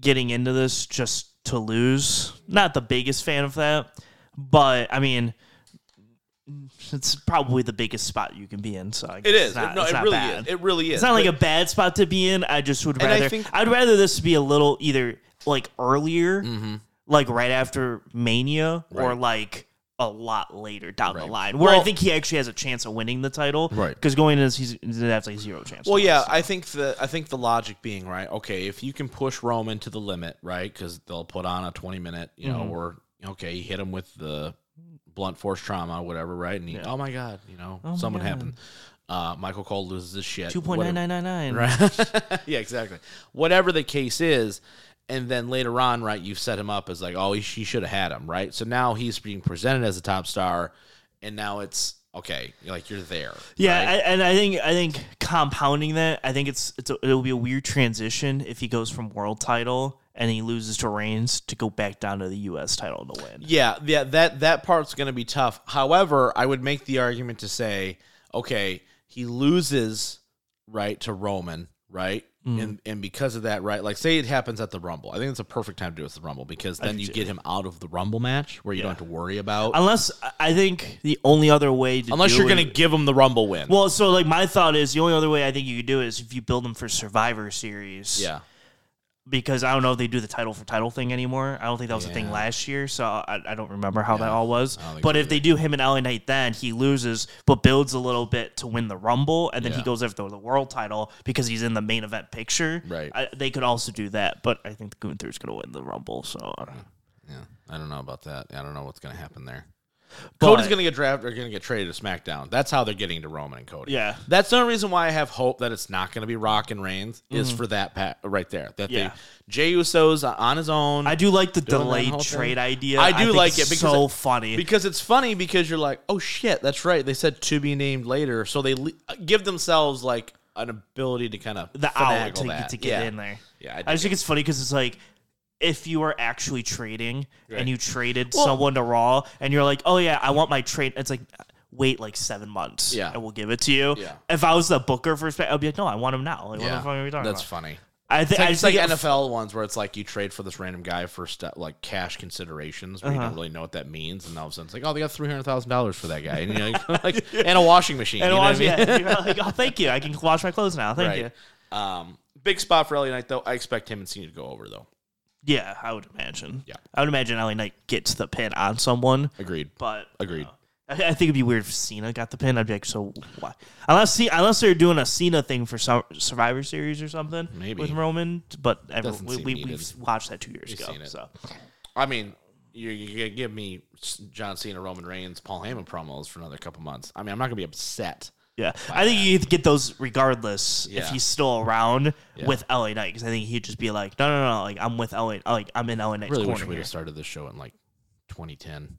getting into this just to lose. Not the biggest fan of that, but I mean, it's probably the biggest spot you can be in. So I guess It it's is. not- no, it's it not really bad. is. It really is. It's not like a bad spot to be in. I just would And I rather. I think- would rather this be a little either like earlier, like right after Mania, or Mm-hmm. Right. like a lot later down the line, where I Well- think he actually has a chance of winning the title. Right. Because going in, he's that's like zero chance. Well, yeah, I think the I think the logic being right. Okay, if you can push Roman to the limit, right? Because they'll put on a twenty minute, you Mm-hmm. know, or okay, you hit him with the blunt force trauma, whatever, right? And he, oh my god, you know, something happened. Uh, Michael Cole loses his shit. Two point nine whatever. nine nine nine. Right. yeah, exactly. Whatever the case is, and then later on, right, you've set him up as like, oh, he, she should have had him, right? So now he's being presented as a top star, and now it's okay, like you're there. Yeah, right? I, and I think I think compounding that, I think it's it's a, it'll be a weird transition if he goes from world title and he loses to Reigns to go back down to the U.S. title to win. Yeah, yeah, that that part's going to be tough. However, I would make the argument to say, okay, he loses right to Roman, right? Mm. And and because of that, right? Like say it happens at the Rumble. I think it's a perfect time to do it at the Rumble because then you get him out of the Rumble match where you don't have to worry about Unless I think the only other way to unless do you're it- going to give him the Rumble win. well, so like my thought is the only other way I think you could do it is if you build them for Survivor Series. yeah. because I don't know if they do the title for title thing anymore. I don't think that was a thing Yeah. last year, so I, I don't remember how that all was. don't think But so if they do him and LA Knight, then he loses, but builds a little bit to win the Rumble, and then he Yeah. goes after the world title because he's in the main event picture. Right. I, they could also do that, but I think Gunther's going to win the Rumble. So I Hmm. don't know. Yeah. I don't know about that. I don't know what's going to happen there. But- Cody's going to get drafted or going to get traded to SmackDown. That's how they're getting to Roman and Cody. Yeah. That's the only reason why I have hope that it's not going to be Rock and Reigns is for that pat right there. That Mm-hmm. Yeah. they Jey Uso's on his own. I do like the Doing that delayed whole thing. trade idea. I do think like it it's because so it- funny. because it's funny because you're like, "Oh shit, that's right. They said to be named later." So they le- uh, give themselves like an ability to kind of the hour to, that. to get Yeah. in there. Yeah, I I dig just think it's funny because it's like if you are actually trading Right. and you traded someone to Raw and you're like, oh yeah, I want my trade. It's like wait like seven months. Yeah. and we'll give it to you. Yeah. If I was the booker for, Smack- I'd be like, no, I want him now. Like, what Yeah, the fuck are we talking that's about? funny. I think I It's just like think it- NFL ones where it's like you trade for this random guy for stu like cash considerations, where you don't really know what that means, and all of a sudden it's like, oh, they got three hundred thousand dollars for that guy, and you're like, like, and a washing machine, And you know what I watch- mean? yeah, you're like, oh, thank you. I can wash my clothes now. Thank you. right. Um, big spot for LA Knight though. I expect him and Cena to go over though. Yeah, I would imagine. Yeah. I would imagine LA Knight gets the pin on someone, Agreed. but uh, Agreed. I, I think it'd be weird if Cena got the pin. I'd be like, so why? Unless C- unless they're doing a Cena thing for some Survivor Series or something, Maybe. with Roman. But ever, Doesn't we, seem we needed. we've watched that two years ago. seen it. So I mean, you, you could give me S- John Cena, Roman Reigns, Paul Heyman promos for another couple months. I mean, I'm not gonna be upset. yeah, I think you get those regardless if Yeah. he's still around Yeah. with LA Knight because I think he'd just be like, no, no, no, like I'm with LA, like I'm in LA Knight's Really wish corner we would here. have started this show in like 2010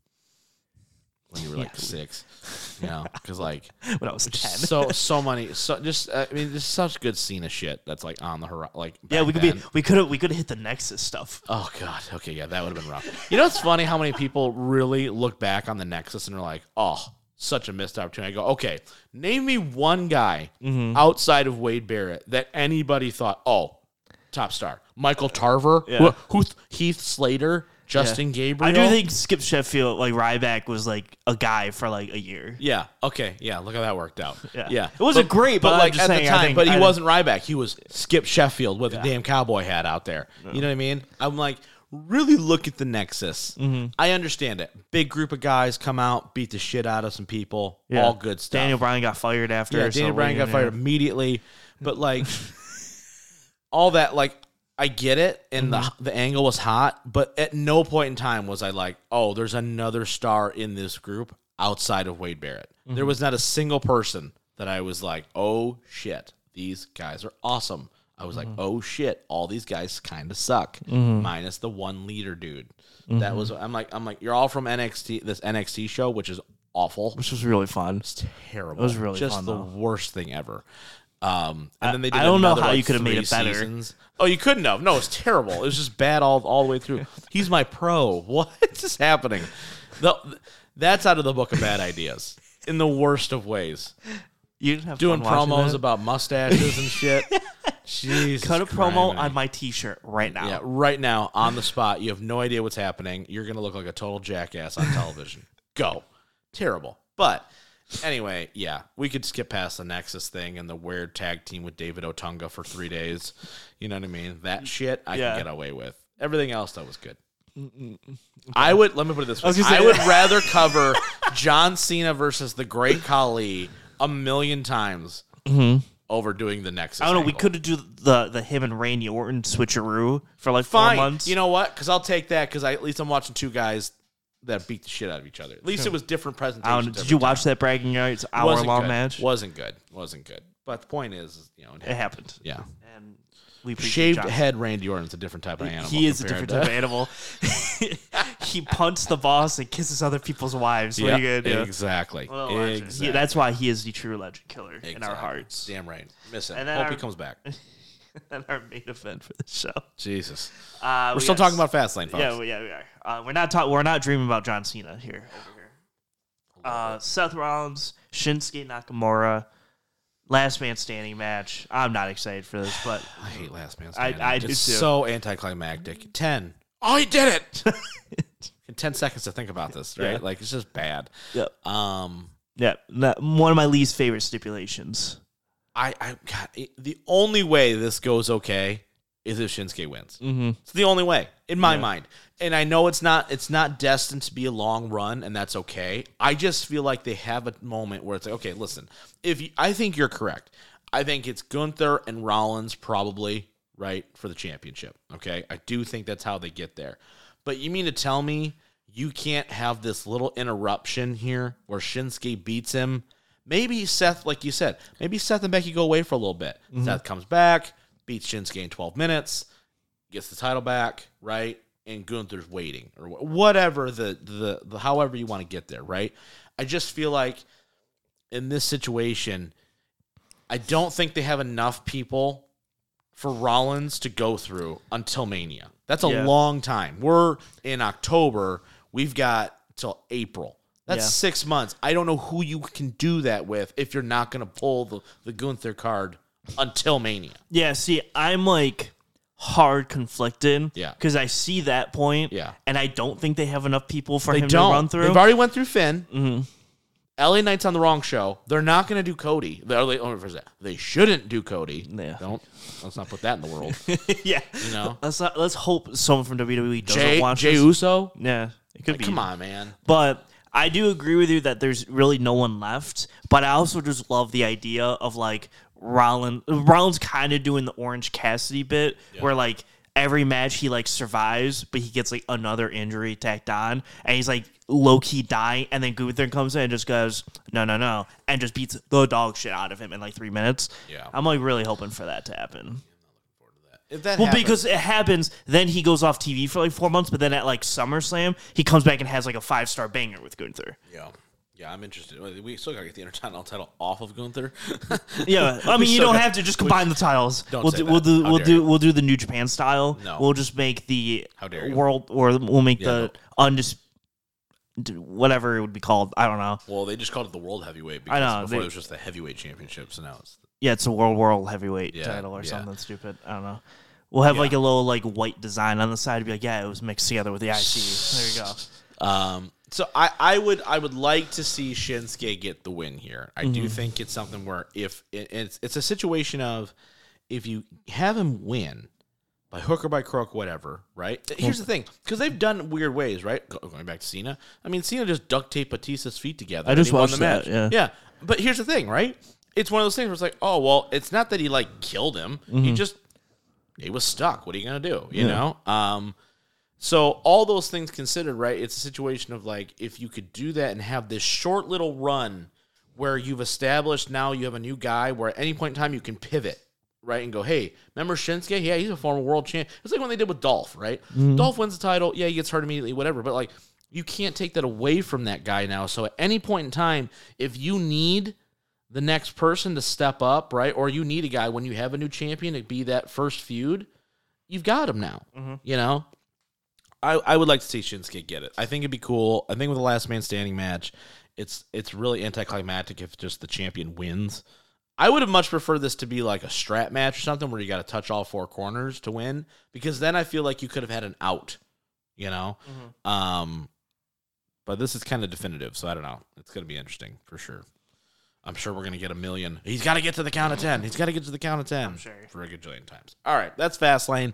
when you were like Yeah. six, you know, because like. when I was ten. so so many so just uh, I mean there's such good Cena shit that's like on the horizon like yeah, back we could then. be we could have we could have hit the Nexus stuff. oh god okay yeah that would have been rough you know it's funny how many people really look back on the Nexus and are like oh such a missed opportunity I go okay name me one guy Mm-hmm. outside of Wade Barrett that anybody thought oh top star Michael Tarver Yeah. wh- who, Heath Slater Justin Gabriel I do think Skip Sheffield, like Ryback, was like a guy for like a year. Yeah. Okay. Yeah. Look how that worked out. Yeah. Yeah. It wasn't great, but I'm like just at saying, the I time, think- but he I- wasn't Ryback. He was Skip Sheffield with a damn cowboy hat out there. You know what I mean? I'm like really look at the nexus. Mm-hmm. I understand it. Big group of guys come out, beat the shit out of some people. Yeah. All good stuff. Daniel Bryan got fired after. yeah, so Daniel we Bryan got didn't- fired immediately. But like all that, like I get it, and the the angle was hot, but at no point in time was I like, oh, there's another star in this group outside of Wade Barrett. There was not a single person that I was like, oh shit, these guys are awesome. I was like, oh shit, all these guys kind of suck, minus the one leader dude. That was I'm like I'm like you're all from NXT this NXT show, which is awful which was really fun. terrible. It was really just fun, the though. worst thing ever. Um, and then they did I don't know another, how like, you could have made three it better. seasons. Oh, you couldn't have. No, it's terrible. It was just bad all all the way through. He's my pro. What is happening? The, that's out of the book of bad ideas in the worst of ways. You didn't have Doing fun watching promos that? about mustaches and shit. Jesus, Cut a promo Christ. on my T-shirt right now. Yeah, right now on the spot. You have no idea what's happening. You're going to look like a total jackass on television. Go. Terrible. But anyway, yeah, we could skip past the Nexus thing and the weird tag team with David Otunga for three days. You know what I mean? That shit I Yeah. can get away with. Everything else that was good. I would let me put it this way. was gonna I say- would rather cover John Cena versus the Great Khali a million times over doing the Nexus. Mm-hmm. I don't know. We angle. could have do the the him and Randy Orton switcheroo for like Fine. four months. You know what? Because I'll take that. Because at least I'm watching two guys that beat the shit out of each other. At least it was different I presentations. don't know. Did every you time. watch that bragging rights hour Wasn't long good. match? Wasn't good. Wasn't good. But the point is, is, you know, it It happened. happened. yeah. And we appreciate Shaved John. head Randy Orton's a different type of animal. He is a compared different type of animal. he punts the boss and kisses other people's wives. What are you Yeah, gonna do? Exactly. Well, legend. exactly. He- that's why he is the true legend killer in our Exactly. hearts Damn right. Miss him. And then Hope our- he comes back. and our main event for the show. Jesus. Uh, We're still talking about Fastlane, folks. Yeah, we, yeah, we are. Uh, we're not talking. We're not dreaming about John Cena here. Over here. Uh, Seth Rollins, Shinsuke Nakamura, last man standing match. I'm not excited for this, but I hate Last Man I- Standing. I it's do too. so anticlimactic. Ten. Oh, he did it. In ten seconds to think about this, right? Yeah. Like it's just bad. Yep. Um, yeah, not- one of my least favorite stipulations. I, I, God, it, the only way this goes okay is if Shinsuke wins. Mm-hmm. It's the only way in my mind, and I know it's not. It's not destined to be a long run, and that's okay. I just feel like they have a moment where it's like, okay, listen. If you, I think you're correct, I think it's Gunther and Rollins probably right for the championship. Okay, I do think that's how they get there. But you mean to tell me you can't have this little interruption here where Shinsuke beats him? Maybe Seth, like you said, maybe Seth and Becky go away for a little bit. Seth comes back, beats Shinsuke in 12 minutes gets the title back, right? And Gunther's waiting or wh- whatever the the, the however you want to get there, right? I just feel like in this situation, I don't think they have enough people for Rollins to go through until Mania. That's a Yeah. long time. We're in October. We've got till April. That's Yeah. six months. I don't know who you can do that with if you're not going to pull the, the Gunther card until Mania. Yeah, see, I'm like hard conflicted. Yeah. because I see that point. Yeah. and I don't think they have enough people for They him don't. to run through. Mm-hmm. They've already went through Finn. LA Knight's on the wrong show. They're not going to do Cody. They, oh, wait, first, they shouldn't do Cody. Yeah. Don't. Let's not put that in the world. yeah, You know, let's not, let's hope someone from WWE doesn't Jay, watch Jay this. Uso. Yeah, it could be. Come on, man. But I do agree with you that there's really no one left. But I also just love the idea of like Rollins. Rollins kind of doing the Orange Cassidy bit, where like every match he like survives, but he gets like another injury tacked on, and he's like low key dying, and then Gunther comes in and just goes no no no, and just beats the dog shit out of him in like three minutes. Yeah. I'm like really hoping for that to happen. If that Well, happens, because it happens, then he goes off TV for like four months, but then at like SummerSlam, he comes back and has like a five star banger with Gunther. yeah, yeah, I'm interested. Well, We still got to get the Intercontinental title off of Gunther. Yeah, I mean, you still don't got- have to just combine the titles. Don't we'll say do, that. we'll do How we'll dare do you. we'll do the new Japan style. No. We'll just make the How dare you. world, or we'll make Yeah, the undis whatever it would be called. I don't know. well, they just called it the World Heavyweight because know, before they- it was just the Heavyweight Championship. So now it's Yeah, it's a world world heavyweight Yeah, title or yeah. something stupid. I don't know. We'll have like a little like white design on the side to be like, yeah, it was mixed together with the IC. There you go. Um, so I, I would I would like to see Shinsuke get the win here. I Mm-hmm. do think it's something where if it, it's it's a situation of if you have him win, by hook or by crook, whatever, right? Here's the thing, because they've done weird ways, right? Go- Going back to Cena, I mean, Cena just duct taped Batista's feet together. I and just he won watched the match. that, yeah. yeah. But here's the thing, right? It's one of those things where it's like, oh well, it's not that he like killed him. Mm-hmm. He just he was stuck. What are you gonna do? You know. Um. So all those things considered, right? It's a situation of like if you could do that and have this short little run where you've established now you have a new guy where at any point in time you can pivot, right? And go, hey, remember Shinsuke? Yeah, he's a former world champ. It's like when they did with Dolph, right? Dolph wins the title. Yeah, he gets hurt immediately, whatever. But like you can't take that away from that guy now. So at any point in time, if you need the next person to step up, right? Or you need a guy when you have a new champion to be that first feud, you've got him now. You know? I, I would like to see Shinsuke get it. I think it'd be cool. I think with the last man standing match, it's it's really anticlimactic if just the champion wins. I would have much preferred this to be like a strap match or something where you got to touch all four corners to win because then I feel like you could have had an out, you know. Um, but this is kind of definitive, so I don't know. It's going to be interesting for sure. I'm sure we're going to get a million. He's got to get to the count of 10. He's got to get to the count of 10 sure. for a gajillion times. All right, that's Fastlane.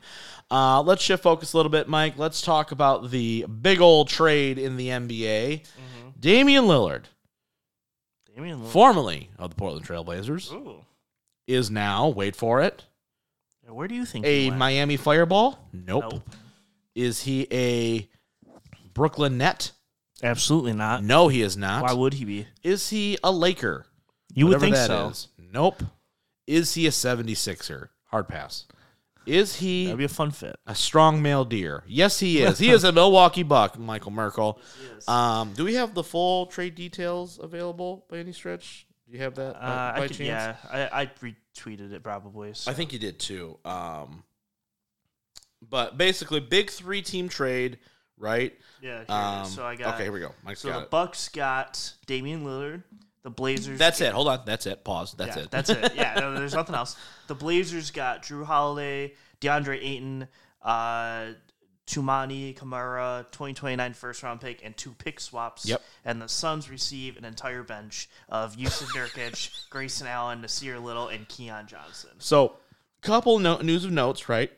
Uh, let's shift focus a little bit, Mike. Let's talk about the big old trade in the NBA. Damian Lillard, Damian Lillard. formerly of the Portland Trailblazers, Ooh. is now, wait for it, Yeah, Where do you think a he went? Miami Fireball? Nope. Nope. Is he a Brooklyn Net? Absolutely not. No, he is not. Why would he be? is he a Laker? You would Whatever think that so. is. Nope. Is he a 76er? Hard pass. Is he That'd be a fun fit. A strong male deer. Yes, he is. He is a Milwaukee Buck, Michael Merkel. is. Um, do we have the full trade details available by any stretch? Do you have that by, Uh, I by could, chance? yeah, I, I retweeted it probably. So. I think you did too. Um, but basically, big three team trade, right? yeah. here it is. Um, so I got okay. Here we go. Mike's So got the it. Bucks got Damian Lillard. The Blazers. That's it. Hold on. That's it. Pause. That's yeah, it. That's it. Yeah, no, there's nothing else. The Blazers got Drew Holiday, DeAndre Ayton, uh, Tumani Kamara, 2029 first round pick, and two pick swaps. Yep. And the Suns receive an entire bench of Yusuf Nurkic, Grayson Allen, Nasir Little, and Keon Johnson. So, couple no- news of notes, right?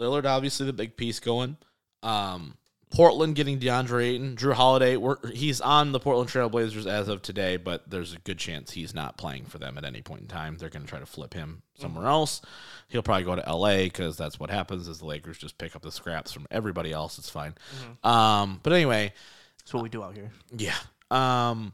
Lillard, obviously the big piece going. Um, Portland getting DeAndre Ayton, Drew Holiday. We're, he's on the Portland Trailblazers as of today, but there's a good chance he's not playing for them at any point in time. They're going to try to flip him somewhere else. He'll probably go to L.A. because that's what happens. Is the Lakers just pick up the scraps from everybody else? It's fine. Um, but anyway, That's what we do out here. yeah. Um,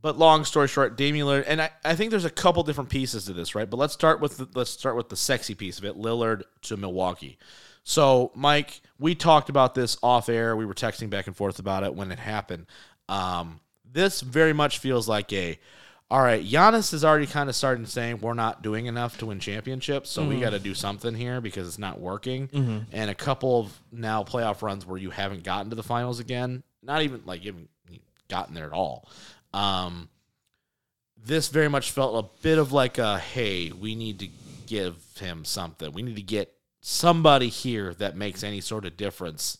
but long story short, Damian Lillard, and I, I think there's a couple different pieces to this, right? But let's start with the, let's start with the sexy piece of it, Lillard to Milwaukee. So, Mike, we talked about this off air. We were texting back and forth about it when it happened. Um, this very much feels like a all right. Giannis has already kind of started saying we're not doing enough to win championships, so we got to do something here because it's not working. And a couple of now playoff runs where you haven't gotten to the finals again, not even like you haven't gotten there at all. Um, this very much felt a bit of like a hey, we need to give him something. We need to get somebody here that makes any sort of difference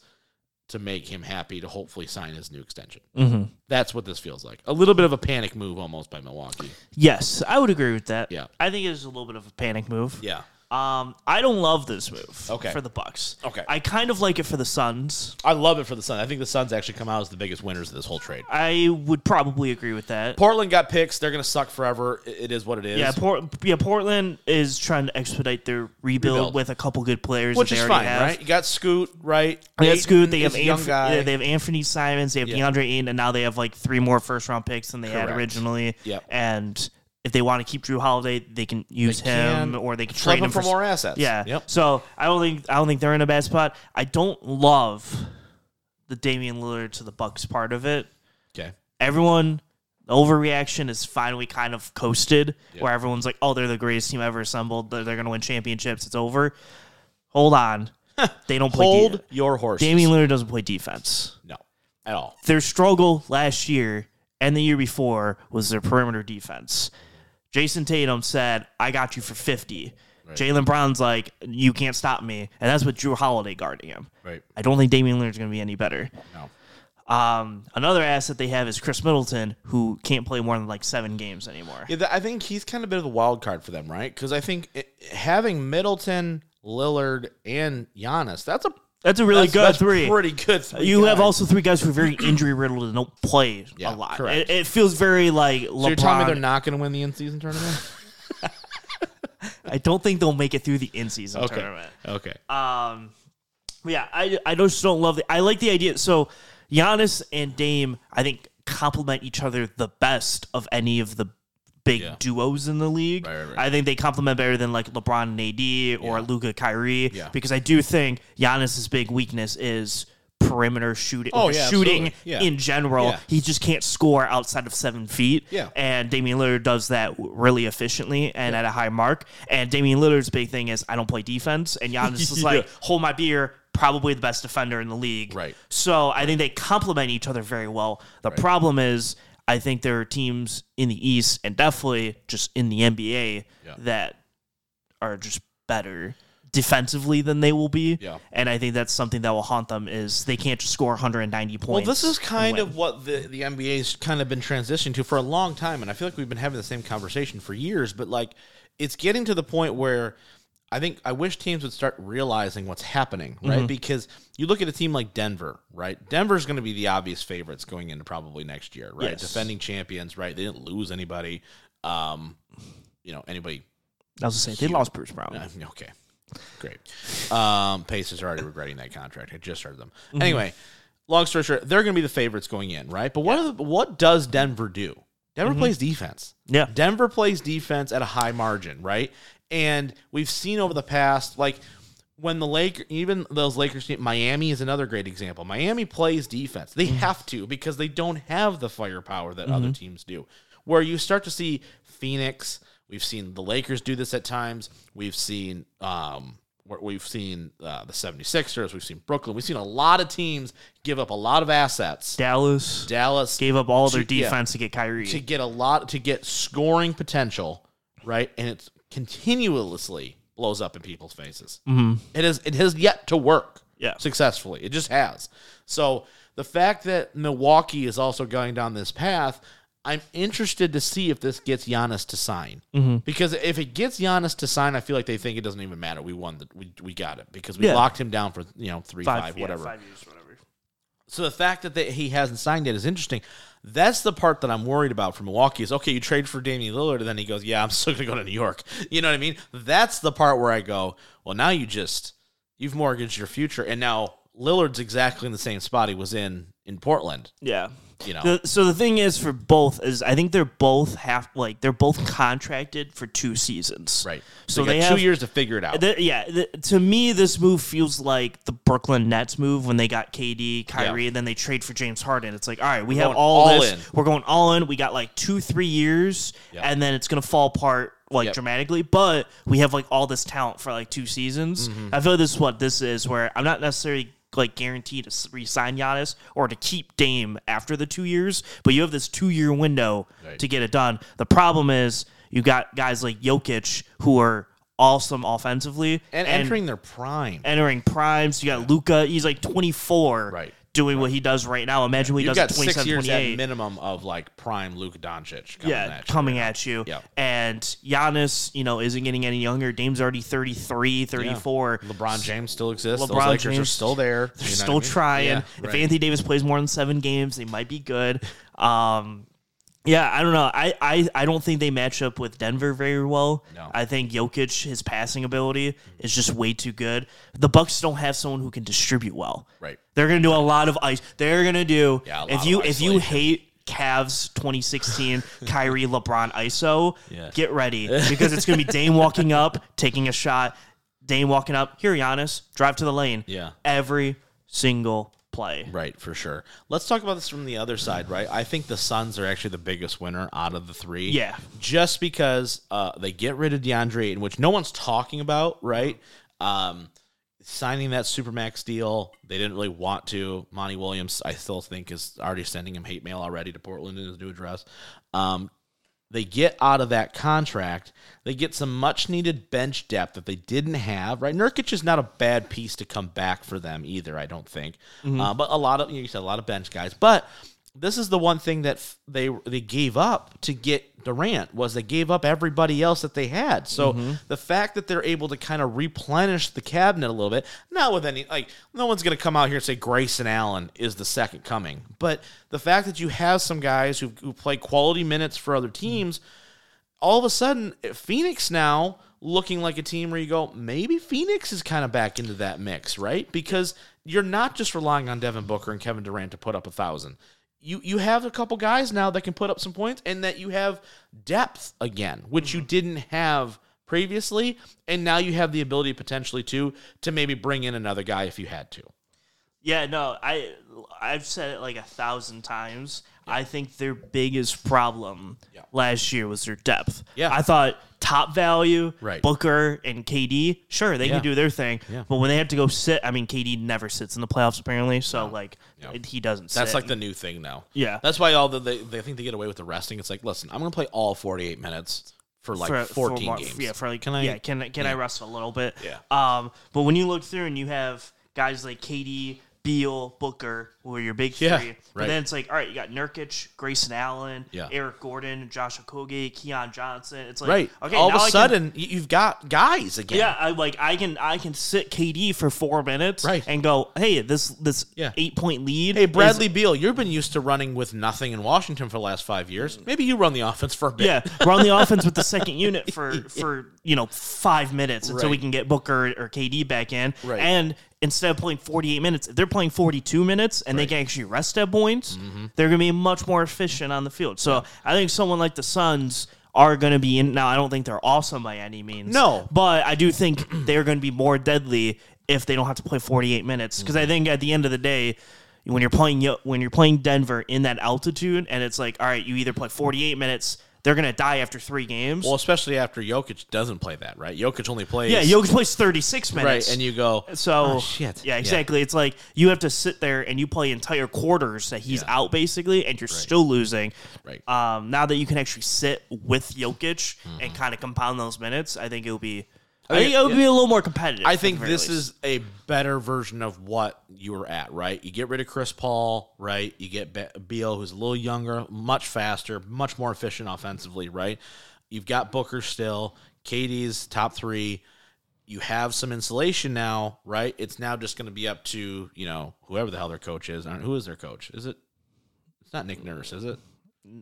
to make him happy to hopefully sign his new extension. Mm-hmm. That's what this feels like. A little bit of a panic move almost by Milwaukee. Yes, I would agree with that. Yeah. I think it is a little bit of a panic move. Yeah. Um, I don't love this move. Okay. For the Bucks. Okay. I kind of like it for the Suns. I love it for the Suns. I think the Suns actually come out as the biggest winners of this whole trade. I would probably agree with that. Portland got picks. They're going to suck forever. It it is what it is. Yeah, Port- yeah, Portland is trying to expedite their rebuild, Rebuild. with a couple good players, which that they is already fine, have. right? You got Scoot, right? That's good. They Ayton have is a young Anf- guy. yeah, they have Anthony Simons, they have DeAndre Ayton, and now they have like three more first round picks than they had Correct. originally. Yep. And if they want to keep Drew Holiday, they can use him can or they can Flip trade him him for s- more assets. Yeah. Yep. So I don't think I don't think they're in a bad spot. I don't love the Damian Lillard to the Bucks part of it. Okay. everyone the overreaction is finally kind of coasted where everyone's like oh they're the greatest team ever assembled they're, they're going to win championships it's over hold on they don't play Hold de- your horses. Damian Lillard doesn't play defense No, at all. their struggle last year and the year before was their perimeter defense Jason Tatum said I got you for 50 Jalen Brown's like you can't stop me and that's with Drew Holiday guarding him Right. I don't think Damian Lillard's going to be any better No. um, another asset they have is Chris Middleton, who can't play more than like seven games anymore. Yeah, th- I think he's kind of a bit of a wild card for them, right? Because I think it, eh, having Middleton, Lillard, and Giannis. That's a That's a really that's- good that's three. Pretty good. Three you have guys. also three guys who are very injury riddled and don't play Yeah, a lot. correct. It, it feels very like LeBron. So you're telling me they're not going to win the in season tournament? I don't think they'll make it through the in season Okay. tournament. okay. Um, but yeah, I I just don't love the. I like the idea. So Giannis and Dame, I think, complement each other the best of any of the big Yeah. duos in the league. Right, right, right. I think they complement better than like LeBron and AD or Yeah. Luca Kyrie Yeah. because I do think Giannis's big weakness is perimeter shooting Oh, or yeah, shooting absolutely. Yeah. in general. Yeah. He just can't score outside of seven feet. Yeah. And Damian Lillard does that w- really efficiently and at a high mark. And Damian Lillard's big thing is I don't play defense. And Giannis is like, Yeah. hold my beer, probably the best defender in the league. Right. So I think they complement each other very well. The problem is I think there are teams in the East and definitely just in the NBA Yeah. that are just better defensively than they will be. Yeah. And I think that's something that will haunt them is they can't just score 190 points. Well, this is kind win. of what the, the NBA's kind of been transitioning to for a long time. And I feel like we've been having the same conversation for years, but like it's getting to the point where I think I wish teams would start realizing what's happening, right? Mm-hmm. Because you look at a team like Denver, right? Denver's going to be the obvious favorites going into probably next year, right? Yes. Defending champions, right? They didn't lose anybody. Um, you know, anybody I was going to say, they lost Bruce Brown. uh, okay. Great. Um, Pacers are already regretting that contract. I just heard them. Anyway, long story short, they're going to be the favorites going in, right? But what are the, what does Denver do? Denver plays defense. Yeah. Denver plays defense at a high margin, right? And we've seen over the past, like when the Lakers, even those Lakers, team- Miami is another great example. Miami plays defense. They have to because they don't have the firepower that other teams do. Where you start to see Phoenix, we've seen the Lakers do this at times. We've seen, um, where we've seen uh, the 76ers, we've seen Brooklyn, we've seen a lot of teams give up a lot of assets. Dallas Dallas gave up all their To- yeah. defense to get Kyrie. to get a lot to get scoring potential, right? And it's continuously blows up in people's faces. Mm-hmm. It is it has yet to work Yeah. successfully. It just has. So the fact that Milwaukee is also going down this path, I'm interested to see if this gets Giannis to sign. Mm-hmm. Because if it gets Giannis to sign, I feel like they think it doesn't even matter. We won the we, we got it because we Yeah. locked him down for you know three five, yeah, whatever. five years, whatever. So the fact that they, he hasn't signed yet is interesting. That's the part that I'm worried about for Milwaukee is okay, you trade for Damian Lillard, and then he goes, Yeah, I'm still gonna go to New York. You know what I mean? That's the part where I go, Well, now you just you've mortgaged your future, and now Lillard's exactly in the same spot he was in in Portland. Yeah. You know, The, so the thing is for both is I think they're both half like they're both contracted for two seasons. right? So So they they got have- two years to figure it out. The- yeah, the, to me, this move feels like the Brooklyn Nets move when they got KD, Kyrie, and then they trade for James Harden. It's like, all right, we have going all, all this. in. We're going all in. We got like two, three years, Yep. and then it's gonna fall apart like Yep. dramatically. But we have like all this talent for like two seasons. Mm-hmm. I feel this is what this is, where I'm not necessarily. Like guaranteed to s- re-sign Giannis or to keep Dame after the two years, but you have this two-year window Right. to get it done. The problem is you got guys like Jokic who are awesome offensively and entering their prime. entering primes. You got Luca. He's like 24, Right. Doing what he does right now. Imagine what he You've does got at six 27, years at 28. minimum of like prime Luka Doncic. Coming yeah, at you. coming at you. Yeah. And Giannis, you know, isn't getting any younger. Dame's already 33, 34. LeBron James still exists. Those LeBron Lakers are James- still there. They're still trying. if Anthony Davis plays more than seven games, they might be good. Um, yeah, I don't know. I, I, I don't think they match up with Denver very well. No. I think Jokic, his passing ability is just way too good. The Bucks don't have someone who can distribute well. right. They're gonna do a lot of ice. They're gonna do Yeah, a lot if you of if you isolation. hate Cavs 2016 Kyrie LeBron ISO, Yeah. get ready because it's gonna be Dame walking up, taking a shot, Dame walking up, here Giannis, drive to the lane. Yeah. Every single play. Right, for sure. Let's talk about this from the other side, right? I think the Suns are actually the biggest winner out of the three. Yeah. Just because uh, they get rid of DeAndre Ayton, which no one's talking about, right? Um, signing that Supermax deal, they didn't really want to. Monty Williams, I still think, is already sending him hate mail already to Portland in his new address. Um, they get out of that contract. They get some much needed bench depth that they didn't have, right? Nurkic is not a bad piece to come back for them either, I don't think. Uh, but a lot of, you said a lot of bench guys, but this is the one thing that f- they they gave up to get Durant was they gave up everybody else that they had. So the fact that they're able to kind of replenish the cabinet a little bit, not with any like no one's going to come out here and say Grayson Allen is the second coming, but the fact that you have some guys who who play quality minutes for other teams, all of a sudden Phoenix now looking like a team where you go maybe Phoenix is kind of back into that mix, right? Because you're not just relying on Devin Booker and Kevin Durant to put up a thousand you you have a couple guys now that can put up some points and that you have depth again which you didn't have previously and now you have the ability potentially to to maybe bring in another guy if you had to Yeah, no, I I've said it like a thousand times. I think their biggest problem Yeah. last year was their depth. Yeah. I thought top value, Right. Booker and KD, sure, they Yeah. can do their thing. But when they have to go sit, I mean, KD never sits in the playoffs apparently, so like he doesn't that's sit. like the new thing now Yeah. that's why all the they, they think they get away with the resting it's like listen i'm gonna play all 48 minutes for like for- for 14 more- games Yeah, for like Can I- yeah, can I- can I rest a little bit? Yeah. Um, but when you look through and you have guys like KD, Beal, Booker, who are your big three, Yeah, but right. then it's like all right, you got Nurkic, Grayson Allen, Yeah. Eric Gordon, Josh Okogie, Keon Johnson. It's like right okay, all now of I a can- sudden y you've got guys again yeah, I like I can I can sit KD for four minutes Right. and go, hey, this this Yeah. eight point lead. Hey Bradley Beal, you've been used to running with nothing in Washington for the last five years. Maybe you run the offense for a bit. Yeah, we're on the offense with the second unit for for you know five minutes until we Right. can get Booker or KD back in. Right. And instead of playing forty eight minutes, if they're playing forty two minutes and they can actually rest at points, Mm-hmm. they're going to be much more efficient on the field. So I think someone like the Suns are going to be in. Now I don't think they're awesome by any means. No. but I do think they're going to be more deadly if they don't have to play forty eight minutes because I Mm-hmm. think at the end of the day when you're playing when you're playing Denver in that altitude, and it's like, all right, you either play 48 minutes, they're gonna die after three games. Well, especially after Jokic doesn't play that, right? Jokic only plays yeah, Jokic plays 36 right, minutes, and you go so "Oh, shit. yeah, exactly. It's like you have to sit there and you play entire quarters that he's out basically, and you're still losing. Right. Um, now that you can actually sit with Jokic and Mm-hmm. kind of compound those minutes, I think it'll be. I think- think it'll be a little more competitive. I at the think very this is least. a better version of what you were at, right? You get rid of Chris Paul, right? You get Be- Beal, who's a little younger, much faster, much more efficient offensively, right? You've got Booker still, KD's top three. You have some insulation now, right? It's now just going to be up to you know whoever the hell their coach is. I don't- Who is their coach? Is it? It's not Nick Nurse, is it?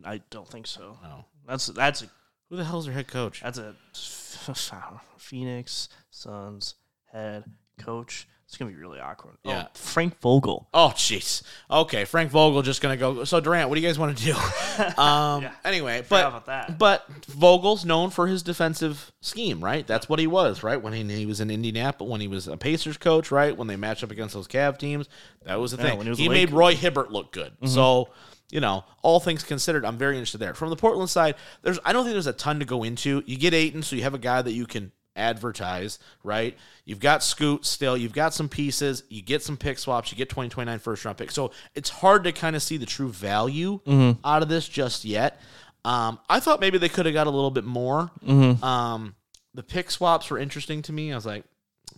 I don't think so. No. That's that's a Who the hell's their head coach? That's a Phoenix Suns head coach. It's gonna be really awkward. Yeah. Oh, Frank Vogel. Oh, jeez. Okay, Frank Vogel just gonna go. So Durant, what do you guys want to do? Um, Anyway, but about that. but Vogel's known for his defensive scheme, right? That's what he was, right? When he, he was in Indianapolis, when he was a Pacers coach, right? When they matched up against those Cav teams, that was the thing. when he was a Mm-hmm. made Laker. Roy Hibbert look good. So, you know, all things considered, I'm very interested there. From the Portland side, there's I don't think there's a ton to go into. You get Aiton, so you have a guy that you can advertise, right? You've got Scoot still, you've got some pieces, you get some pick swaps, you get 2029 first round pick. So it's hard to kind of see the true value Mm-hmm. out of this just yet. Um, I thought maybe they could have got a little bit more. Mm-hmm. Um, the pick swaps were interesting to me. I was like,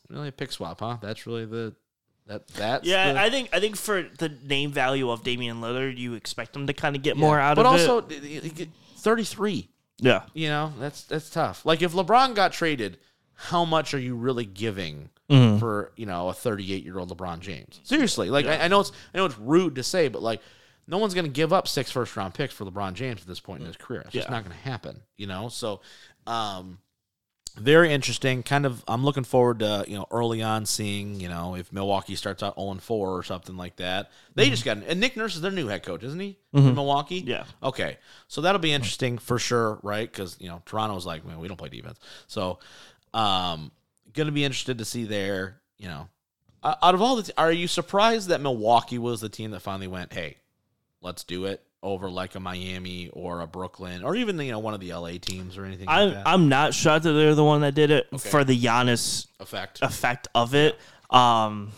really a pick swap, huh? That's really the that that's Yeah, the- I think I think for the name value of Damian Lillard, you expect him to kind of get more out but of it. also, d- d- d- get 33. yeah, You know, that's that's tough. Like if LeBron got traded, how much are you really giving Mm-hmm. for you know a 38 year old LeBron James? Seriously, like I, I know it's I know it's rude to say, but like no one's going to give up six first round picks for LeBron James at this point in his career. It's just Mm. Yeah. not going to happen. You know, so. um very interesting. Kind of, I'm looking forward to you know early on seeing you know if Milwaukee starts out 0 4 or something like that. They just got and Nick Nurse is their new head coach, isn't he? In Milwaukee, Yeah. Okay, so that'll be interesting for sure, right? Because you know Toronto's like, man, we don't play defense, so um, gonna be interested to see there. You know, Uh, out of all the, t- are you surprised that Milwaukee was the team that finally went, hey, let's do it over like a Miami or a Brooklyn or even you know one of the LA teams or anything? like I'm that? I'm not shocked that they're the one that did it Okay. for the Giannis effect. effect of it. Um,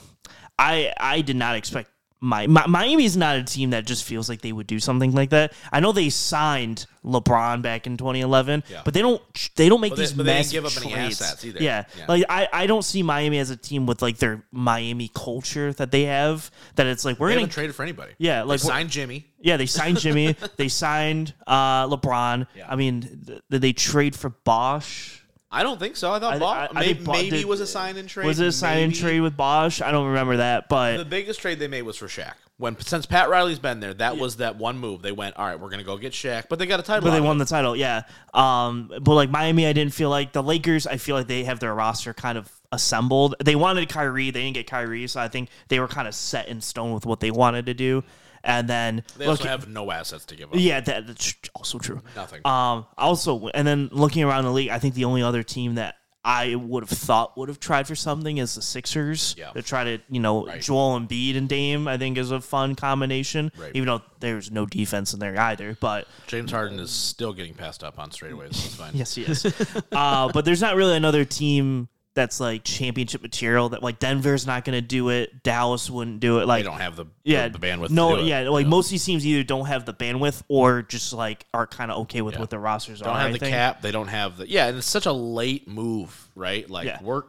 I I did not expect my, my Miami's not a team that just feels like they would do something like that. I know they signed LeBron back in 2011, Yeah. but they don't they don't make But they- these but they didn't massive give up any trades. assets either. Yeah. Yeah. like I, I don't see Miami as a team with like their Miami culture that they have. That it's like we're They gonna haven't traded for anybody. They yeah like we're- signed Jimmy. yeah, they signed Jimmy. they signed uh, LeBron. Yeah. I mean, th- did they trade for Bosch? I don't think so. I thought I- Bob, I- I may- think Bob maybe did- was a sign and trade. Was it a sign and maybe. trade with Bosch? I don't remember The that, but biggest trade they made was for Shaq. When since Pat Riley's been there, that was that one move. They went, all right, we're gonna go get Shaq, but they got a title. but they out of won the title. Yeah. Um, but like Miami, I didn't feel like the Lakers. I feel like they have their roster kind of assembled. They wanted Kyrie, they didn't get Kyrie, so I think they were kind of set in stone with what they wanted to do. And then it. They look, also have no assets to give up. yeah, that, that's also true. Nothing. Um, also, and then looking around the league, I think the only other team that I would have thought would have tried for something is the Sixers. Yeah. To try to, you know, Joel Embiid and Dame, I think is a fun combination. Right. Even though there's no defense in there either, but James Harden is still getting passed up on straightaways. So it's fine. yes, he is. uh, but there's not really another team that's like championship material that like Denver's not going to do it. Dallas wouldn't do it. They Like don't have the yeah, the, the bandwidth. No, to do it. yeah, like most of these teams either don't have the bandwidth or just like are kind of okay with what their rosters are. They don't I have the think. cap. They don't have the yeah. And it's such a late move, right? Like Yeah. we're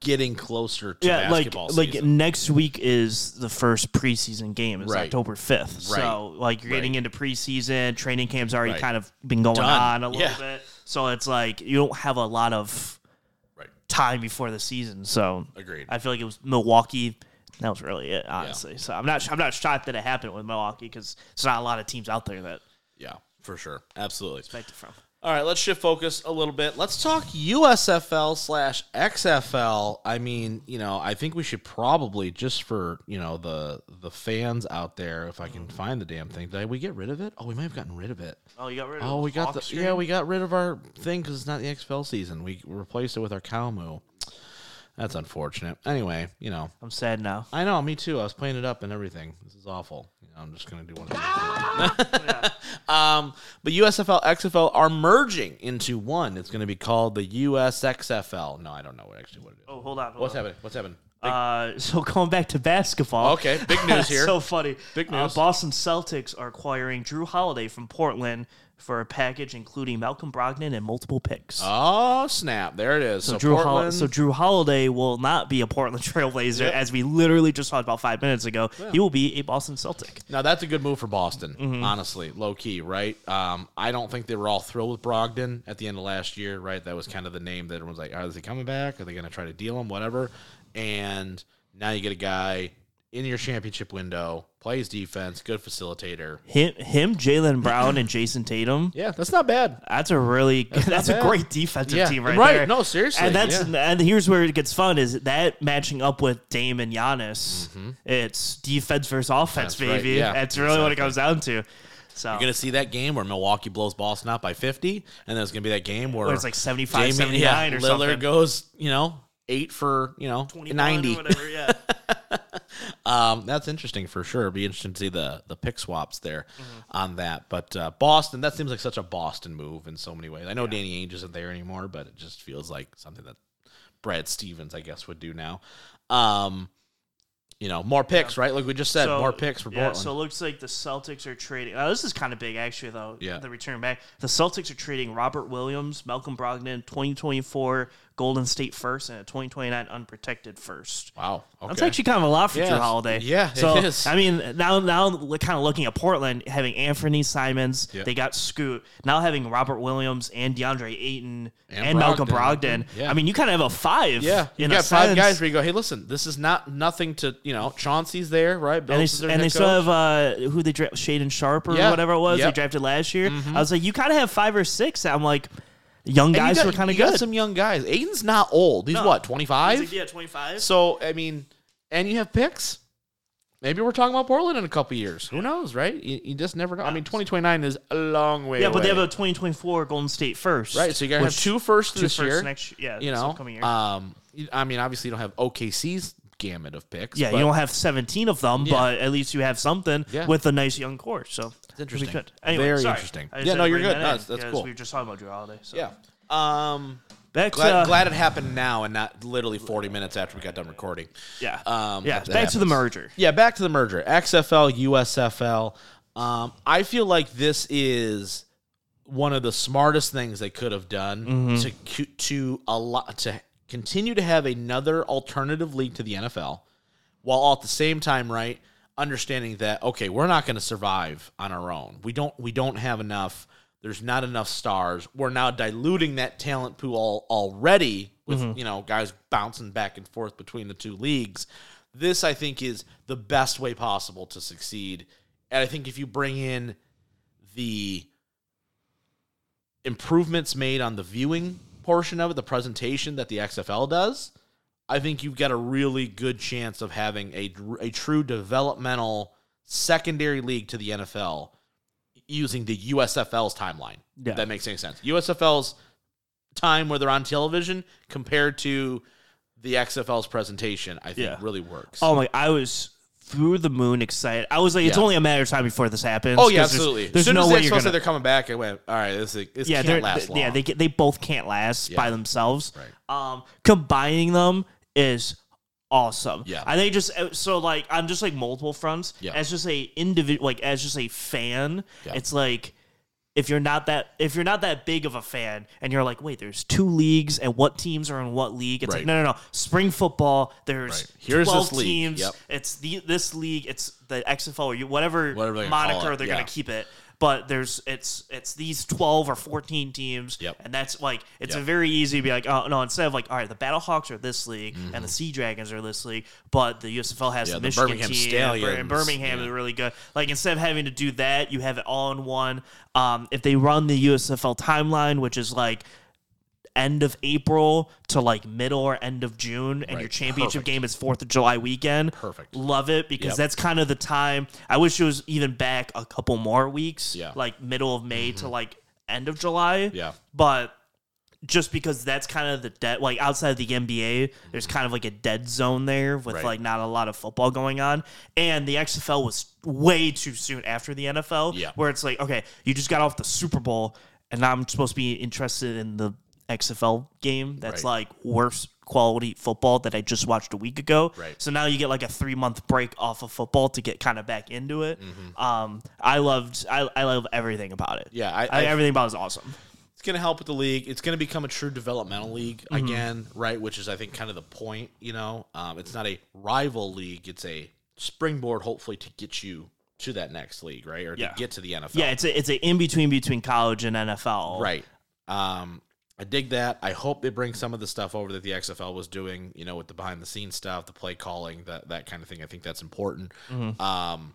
getting closer to yeah, like basketball like season. next week is the first preseason game. It's Right. October fifth, so like you're getting into preseason. Training camps already Right. kind of been going Done. on a little Yeah. bit, so it's like you don't have a lot of Right. time before the season. So Agreed. I feel like it was Milwaukee. That was really it, honestly. So I'm not I'm not shocked that it happened with Milwaukee because there's not a lot of teams out there that yeah, for sure. Absolutely. expect it from. All right, let's shift focus a little bit. Let's talk USFL slash XFL. I mean, you know, I think we should probably just for you know the the fans out there, if I can Mm-hmm. find the damn thing. Did we get rid of it? Oh, we might have gotten rid of it. Oh, you got rid of Oh, we got Hawks the trade? yeah, we got rid of our thing because it's not the XFL season. We replaced it with our Calmu. That's unfortunate. Anyway, you know, I'm sad now. I know, me too. I was playing it up and everything. This is awful. You know, I'm just gonna do one. of these. um, but USFL, XFL are merging into one. It's gonna be called the USXFL. No, I don't know what actually what it is. Oh, hold on. Hold What's on. happening? What's happening? Uh, so going back to basketball. Okay, big news here. so funny. Big Uh, news. Boston Celtics are acquiring Drew Holiday from Portland for a package including Malcolm Brogdon and multiple picks. Oh snap! There it is. So, Drew Hol- Portland. so Drew Holiday will not be a Portland Trailblazer, as we literally just talked about five minutes ago. He will be a Boston Celtic. Now that's a good move for Boston, honestly, low key, right? Um, I don't think they were all thrilled with Brogdon at the end of last year, right? That was kind of the name that everyone's like, "Are is he coming back? Are they going to try to deal him? Whatever." And now you get a guy in your championship window, plays defense, good facilitator. Him, him Jalen Brown, and Jason Tatum. Yeah, that's not bad. That's a really that's, a bad. great defensive Yeah, team right, right. there. No, seriously, And that's and here's where it gets fun is that matching up with Dame and Giannis. It's defense versus offense, Mm-hmm. That's right, baby. yeah, that's really what it comes down to. So You're going to see that game where Milwaukee blows Boston out by 50, and there's going to be that game where, Where it's like 75, Damian- 79 or Lillard something. goes, you know, eight for you know 90 ninety. whatever, yeah. Um, that's interesting for sure. It'd be interesting to see the the pick swaps there Mm-hmm. on that. But uh, Boston, that seems like such a Boston move in so many ways. I know Danny Ainge isn't there anymore, but it just feels like something that Brad Stevens, I guess, would do now. Um, you know, more picks, right? Like we just said, So, more picks for yeah, Portland. So it looks like the Celtics are trading. Now, this is kind of big, actually, though. Yeah. The return back. The Celtics are trading Robert Williams, Malcolm Brogdon, 2024 Golden State first, and a 2029 unprotected first. wow, okay. That's actually kind of a lot for Drew Yes. Holiday. Yeah, it so is. I mean, now now kind of looking at Portland having Anthony Simons, Yeah. they got Scoot. Now having Robert Williams and DeAndre Ayton and, And Malcolm Brogdon. Brogdon. Yeah. I mean, you kind of have a five. yeah, you in got a five sense. guys where you go, hey, listen, this is not nothing to you know. Chauncey's there, right? And Billups is they, their and head they still coach. have uh, who they draft, Shaden Sharp or Yeah. whatever it was Yep. Mm-hmm. they drafted last year. I was like, you kind of have five or six. I'm like, young And you guys got- were kind of you got good. some young guys. Aiden's not old. He's No. what twenty five. yeah, 25. So I mean, and you have picks. Maybe we're talking about Portland in a couple years. Who knows, right? You, you just never know. I mean, twenty twenty nine is a long way. Yeah, but they have away. a 2024 Golden State first. right. So you gotta have which- two firsts two this firsts year. next year. Yeah, you this know, upcoming year. um, you- I mean, obviously you don't have OKC's gamut of picks. Yeah, but you don't have 17 of them, but at least you have something Yeah. with a nice young core. So it's interesting. Good. Anyway, Very sorry. interesting. I just Yeah, had no, to you're bring good. No, that in that's- that's 'cause cool. We were just talking about Drew Holiday. So. yeah. Um, Back Glad, to uh, glad it happened now and not literally 40 minutes after we got done recording. yeah, Um, yeah. that Back to the happens. merger. Yeah, back to the merger. XFL, USFL. Um, I feel like this is one of the smartest things they could have done to cu- to a lot to continue to have another alternative league to the NFL, while all at the same time, right, understanding that okay, we're not going to survive on our own. We don't we don't have enough. There's not enough stars. We're now diluting that talent pool al- already with you know guys bouncing back and forth between the two leagues. This I think is the best way possible to succeed. And I think if you bring in the improvements made on the viewing portion of it, the presentation that the XFL does, I think you've got a really good chance of having a, a true developmental secondary league to the NFL using the USFL's timeline. Yeah. If that makes any sense. USFL's time where they're on television compared to the XFL's presentation, I think Yeah. really works. Oh my! I was through the moon excited. I was like, it's Yeah. only a matter of time before this happens. Oh yeah, 'cause there's- absolutely. There's, as soon no as way they you're said gonna. they're coming back, I went, all right, this, this yeah, they're, can't last they- long. yeah, they ca- they both can't last by themselves. Right. Um, combining them is awesome. Yeah. I think just uh, so like on just like multiple fronts. Yeah. As just a individual, like as just a fan, Yeah. it's like. If you're not that if you're not that big of a fan and you're like, wait, there's two leagues and what teams are in what league? It's like Right. no no no. Spring football, there's Right. Here's twelve this league. teams. Yep. It's the this league, it's the XFL or you, whatever, Whatever they call moniker it, they're yeah. gonna keep it. But there's it's it's these twelve or fourteen teams, Yep. and that's like it's a Yep. very easy to be like, oh no, instead of like, all right, the Battlehawks are this league and the Sea Dragons are this league, but the USFL has Mm-hmm. Yeah, the the Michigan Birmingham team and Bir- and Stallions. Birmingham Yeah. is really good. Like instead of having to do that, you have it all in one. Um, if they run the USFL timeline, which is like end of April to like middle or end of June, and your Right. championship Perfect. game is Fourth of July weekend. Perfect. Love it because Yep. that's kind of the time. I wish it was even back a couple more weeks, Yeah. Mm-hmm. like middle of May to like end of July. Yeah. But just because that's kind of the dead, like outside of the NBA, there's kind of like a dead zone there with Mm-hmm. Right. like not a lot of football going on. And the XFL was way too soon after the NFL, Yeah. where it's like, okay, you just got off the Super Bowl, and now I'm supposed to be interested in the XFL game that's Right. like worse quality football that I just watched a week ago. Right. So now you get like a three month break off of football to get kind of back into it. Um, I loved, I, I love everything about it. Mm-hmm. Yeah, I- I, I- everything about it is awesome. it's going to help with the league. It's going to become a true developmental league Mm-hmm. again, right? Which is, I think, kind of the point. You know, um, it's not a rival league; it's a springboard, hopefully, to get you to that next league, right, or Yeah. to get to the NFL. Yeah, it's a, it's a in between between college and NFL. Right. Um, I dig that. I hope they bring some of the stuff over that the XFL was doing, you know, with the behind the scenes stuff, the play calling, that that kind of thing. I think that's important. Mm-hmm. Um,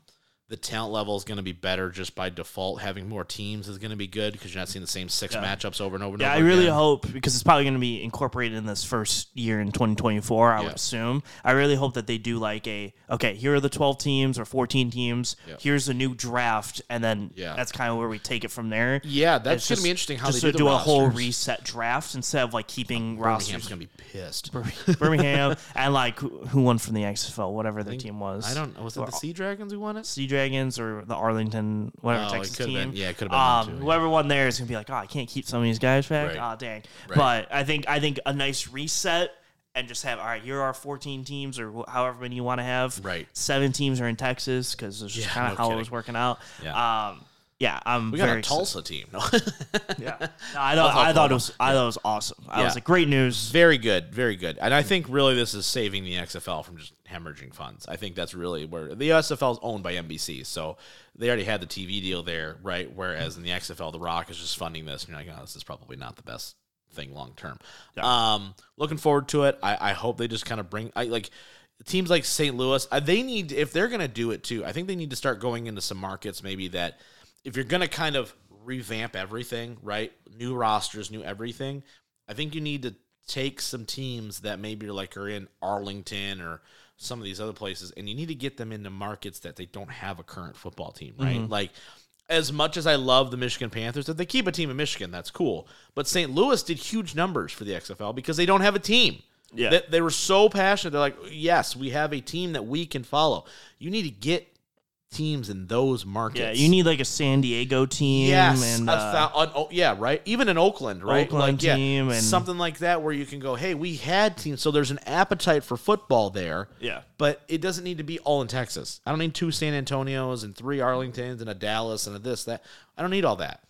the talent level is going to be better just by default. Having more teams is going to be good because you're not seeing the same six matchups over and over. And Yeah, I over really again. hope because it's probably going to be incorporated in this first year in 2024. I Yeah. would assume. I really hope that they do like a okay. Here are the 12 teams or 14 teams. Yeah. Here's a new draft, and then Yeah. that's kind of where we take it from there. Yeah, that's It's going just- to be interesting how just they to do, do the a whole rosters. reset draft instead of like keeping Birmingham's rosters. going to be pissed. Birmingham and like who who won from the XFL, whatever their team was. I don't. Was it the Sea Dragons who won it? Sea Dragons or the Arlington, whatever Oh, it Texas could've team. Um, been- yeah, it could've been them too, yeah. Whoever won there is gonna be like, oh, I can't keep some of these guys back. Right. Ah, dang. Right. But I think I think a nice reset and just have all right. Here are 14 teams or wh- however many you want to have. Right. Seven teams are in Texas because it's just Yeah, kind no of how it kidding. was working out. Yeah. Um, yeah, I'm We got very a excited. Tulsa team. Yeah, No, I thought I thought it was I thought it was awesome. I Yeah. was like, great news. Very good, very good. And I think really this is saving the XFL from just hemorrhaging funds. I think that's really where the USFL is owned by NBC, so they already had the TV deal there, right? Whereas in the XFL, The Rock is just funding this, and you're like, oh, this is probably not the best thing long term. Um, looking forward to it. I, I hope they just kind of bring I like teams like St. Louis. uh, They need if they're going to do it too. I think they need to start going into some markets maybe that if you're going to kind of revamp everything, right? New rosters, new everything. I think you need to take some teams that maybe are like are in Arlington or some of these other places, and you need to get them into markets that they don't have a current football team, right? Mm-hmm. Like as much as I love the Michigan Panthers, if they keep a team in Michigan, that's cool. But St. Louis did huge numbers for the XFL because they don't have a team. Yeah. They, they were so passionate. They're like, yes, we have a team that we can follow. You need to get teams in those markets. Yeah, you need like a San Diego team. Yes, and, a uh, thou- an- oh, yeah, right. Even in Oakland, right? Oakland like, yeah, team and- something like that, where you can go, hey, we had teams, so there's an appetite for football there. yeah, But it doesn't need to be all in Texas. I don't need two San Antonios and three Arlingtons and a Dallas and a this that. I don't need all that,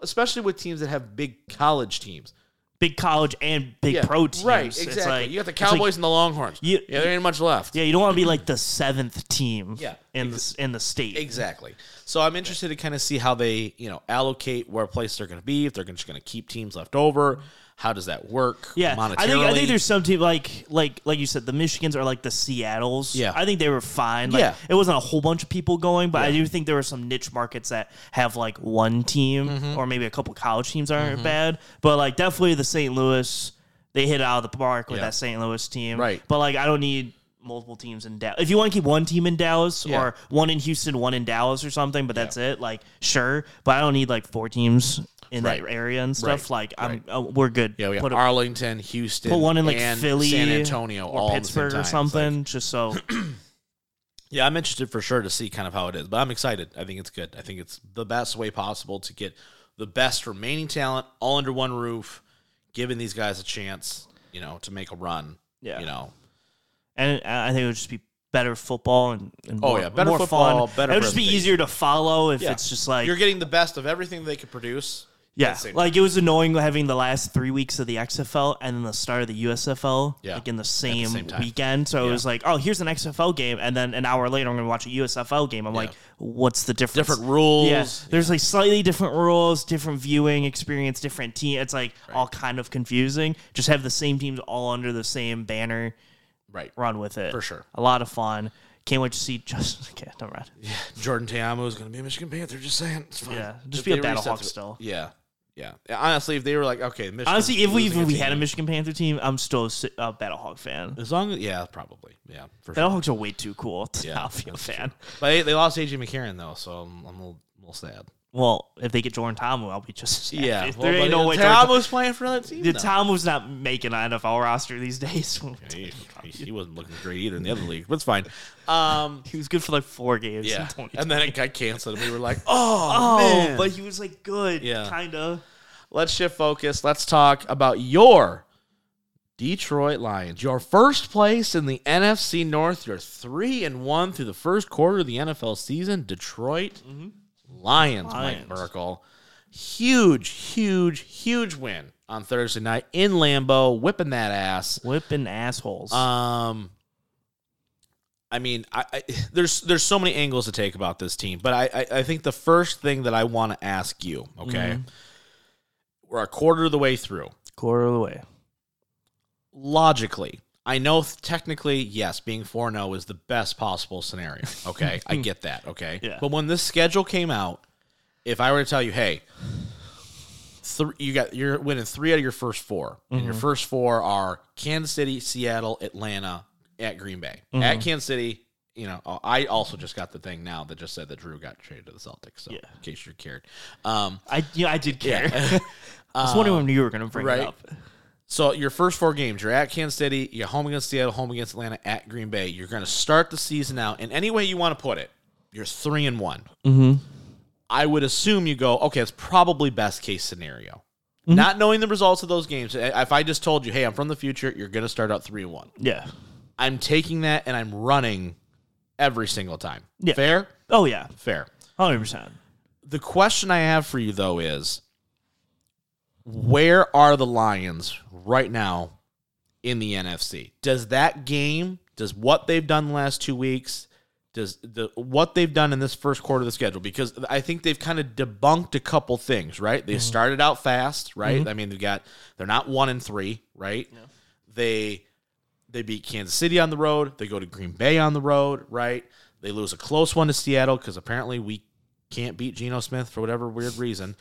especially with teams that have big college teams. big college and big Yeah, pro teams. right? It's Exactly. like- you got the it's like- Cowboys and the Longhorns. You- yeah, there ain't much left. yeah, you don't want to be like the seventh team. Yeah, in the in the state. Exactly. So I'm interested to kind of see how they, you know, allocate where place they're going to be. If they're just going to keep teams left over, how does that work? Yeah, I think I monetarily? think there's some team like like like you said, the Michigans are like the Seattles. Yeah. I think they were fine. Like, Yeah. it wasn't a whole bunch of people going, but I do think there were some niche markets that have like one team Mm-hmm. or maybe a couple college teams aren't bad, but like definitely the St. Louis, they hit it out of the park with Yeah. that St. Louis team. Right. but like I don't need. Multiple teams in Dallas. If you want to keep one team in Dallas Yeah. or one in Houston, one in Dallas or something, but that's it. Like, sure, but I don't need like four teams in that Right. area and stuff. Right. Like, I'm uh, we're good. yeah, we got Put a- Arlington, Houston, put one in like and Philly, San Antonio, or all at the same Pittsburgh time. or It's something, like- just so yeah, I'm interested for sure to see kind of how it is, but I'm excited. I think it's good. I think it's the best way possible to get the best remaining talent all under one roof, giving these guys a chance, you know, to make a run. Yeah. you know, and I I think it would just be better football and, and Oh, more, yeah, better more football, fun. better it would just be presentation. easier to follow if Yeah. it's just like you're getting the best of everything they could produce. yeah, That's it. like it was annoying having the last three weeks of the XFL and then the start of the USFL Yeah, like in the the same, same time. weekend. So it was like, oh, here's an XFL game, and then an hour later I'm going to watch a USFL game. I'm like, what's the difference? Different rules. Yeah, there's like slightly different rules, different viewing experience, different team. It's like all kind of confusing. Just have the same teams all under the same banner. Right. Run with it For sure. A lot of fun. Can't wait to see Justin. Okay, don't run. Yeah, Jordan Teamo is going to be a Michigan Panther. Just saying, it's fine. just If be a they reset Battlehawk to- still. Yeah, yeah. Honestly, if they were like, okay, Michigan. Honestly, if we losing even we team- had a Michigan Panther team, I'm still a si- a Battlehawk fan. as long as yeah, probably yeah, for sure. Battlehawks are way too cool to Yeah, not be a fan. But they, they lost AJ McCarron though, so I'm, I'm a little, a little sad. Well, if they get Jordan Tomu, I'll be just as happy. Yeah, there ain't no way. Jordan- Teamo's playing for another team. The though. Tomu's not making an NFL roster these days. he, he- he wasn't looking great either in the other league, but it's fine. Um, he was good for like four games. in yeah, 2020. and then it got canceled, and we were like, oh, Oh, man. but he was like good, Yeah. kind of. let's shift focus. Let's talk about your Detroit Lions. Your first place in the NFC North. You're three and one through the first quarter of the NFL season. Detroit Lions, Mike Lions. Merkel. Huge, huge, huge win on Thursday night in Lambeau, whipping that ass. Whipping assholes. Um, I mean, I, I there's there's so many angles to take about this team, but I I, I think the first thing that I want to ask you, okay, we're a quarter of the way through. Quarter of the way. Logically, I know th- technically, yes, being four zero is the best possible scenario. Okay, I get that. Okay, Hmm. Yeah. but when this schedule came out, if I were to tell you, hey. Three, you got you're winning three out of your first 4 and Mm-hmm. your first four are Kansas City, Seattle, Atlanta, at Green Bay, Mm-hmm. at Kansas City. You know, I also just got the thing now that just said that Drew got traded to the Celtics. So, Yeah. in case you cared, um, I yeah, I did care. I was wondering when you were going to bring right. it up. So your first four games, you're at Kansas City, you're home against Seattle, home against Atlanta, at Green Bay. You're going to start the season out in any way you want to put it. You're three and one. Mm-hmm. I would assume you go, okay, it's probably best case scenario. Not knowing the results of those games, I- if I just told you, hey, I'm from the future, you're going to start out three and one. Yeah. I'm taking that and I'm running every single time. Yeah. Fair, Oh yeah, fair. hundred percent. The question I have for you though is where are the Lions right now in the NFC? Does that game, does what they've done the last 2 weeks, does the what they've done in this first quarter of the schedule because I think they've kind of debunked a couple things, right? They started out fast, right? I mean, they've got they're not 1 and 3, right? They they beat Kansas City on the road. They go to Green Bay on the road, right? They lose a close one to Seattle because apparently we can't beat Geno Smith for whatever weird reason.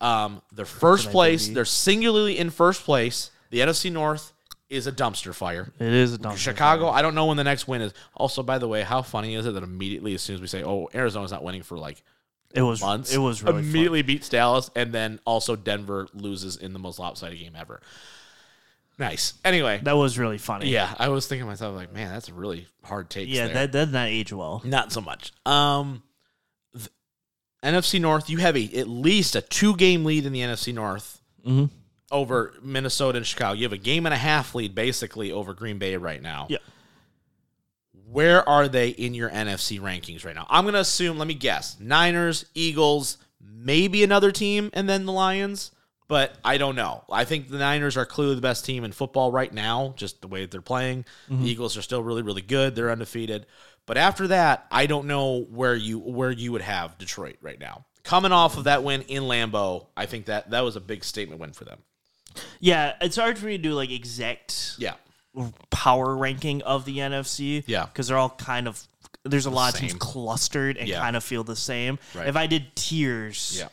Um, they're first place. They're singularly in first place. The NFC North is a dumpster fire. It is a dumb. Chicago, I don't know when the next win is. Also, by the way, how funny is it that immediately as soon as we say, "Oh, Arizona's not winning for like It was. months," It was really immediately beats Dallas, and then also Denver loses in the most lopsided game ever. Nice. Anyway, That was really funny. yeah, I was thinking to myself like, man, that's a really hard take. Yeah, there. that that did not age well. Not so much. Um, th- NFC North, you have a, at least a two game lead in the NFC North Mhm. over Minnesota and Chicago. You have a game and a half lead basically over Green Bay right now. Yeah. Where are they in your NFC rankings right now? I'm going to assume, let me guess, Niners, Eagles, maybe another team, and then the Lions. But I don't know. I think the Niners are clearly the best team in football right now, just the way that they're playing. Mm-hmm. The Eagles are still really, really good. They're undefeated. But after that, I don't know where you where you would have Detroit right now. Coming off of that win in Lambeau, I think that that was a big statement win for them. Yeah, it's hard for me to do like exact Yeah. power ranking of the NFC. Yeah. Because they're all kind of there's a lot of same. teams clustered and Yeah. kind of feel the same. Right. If I did tiers, Yeah.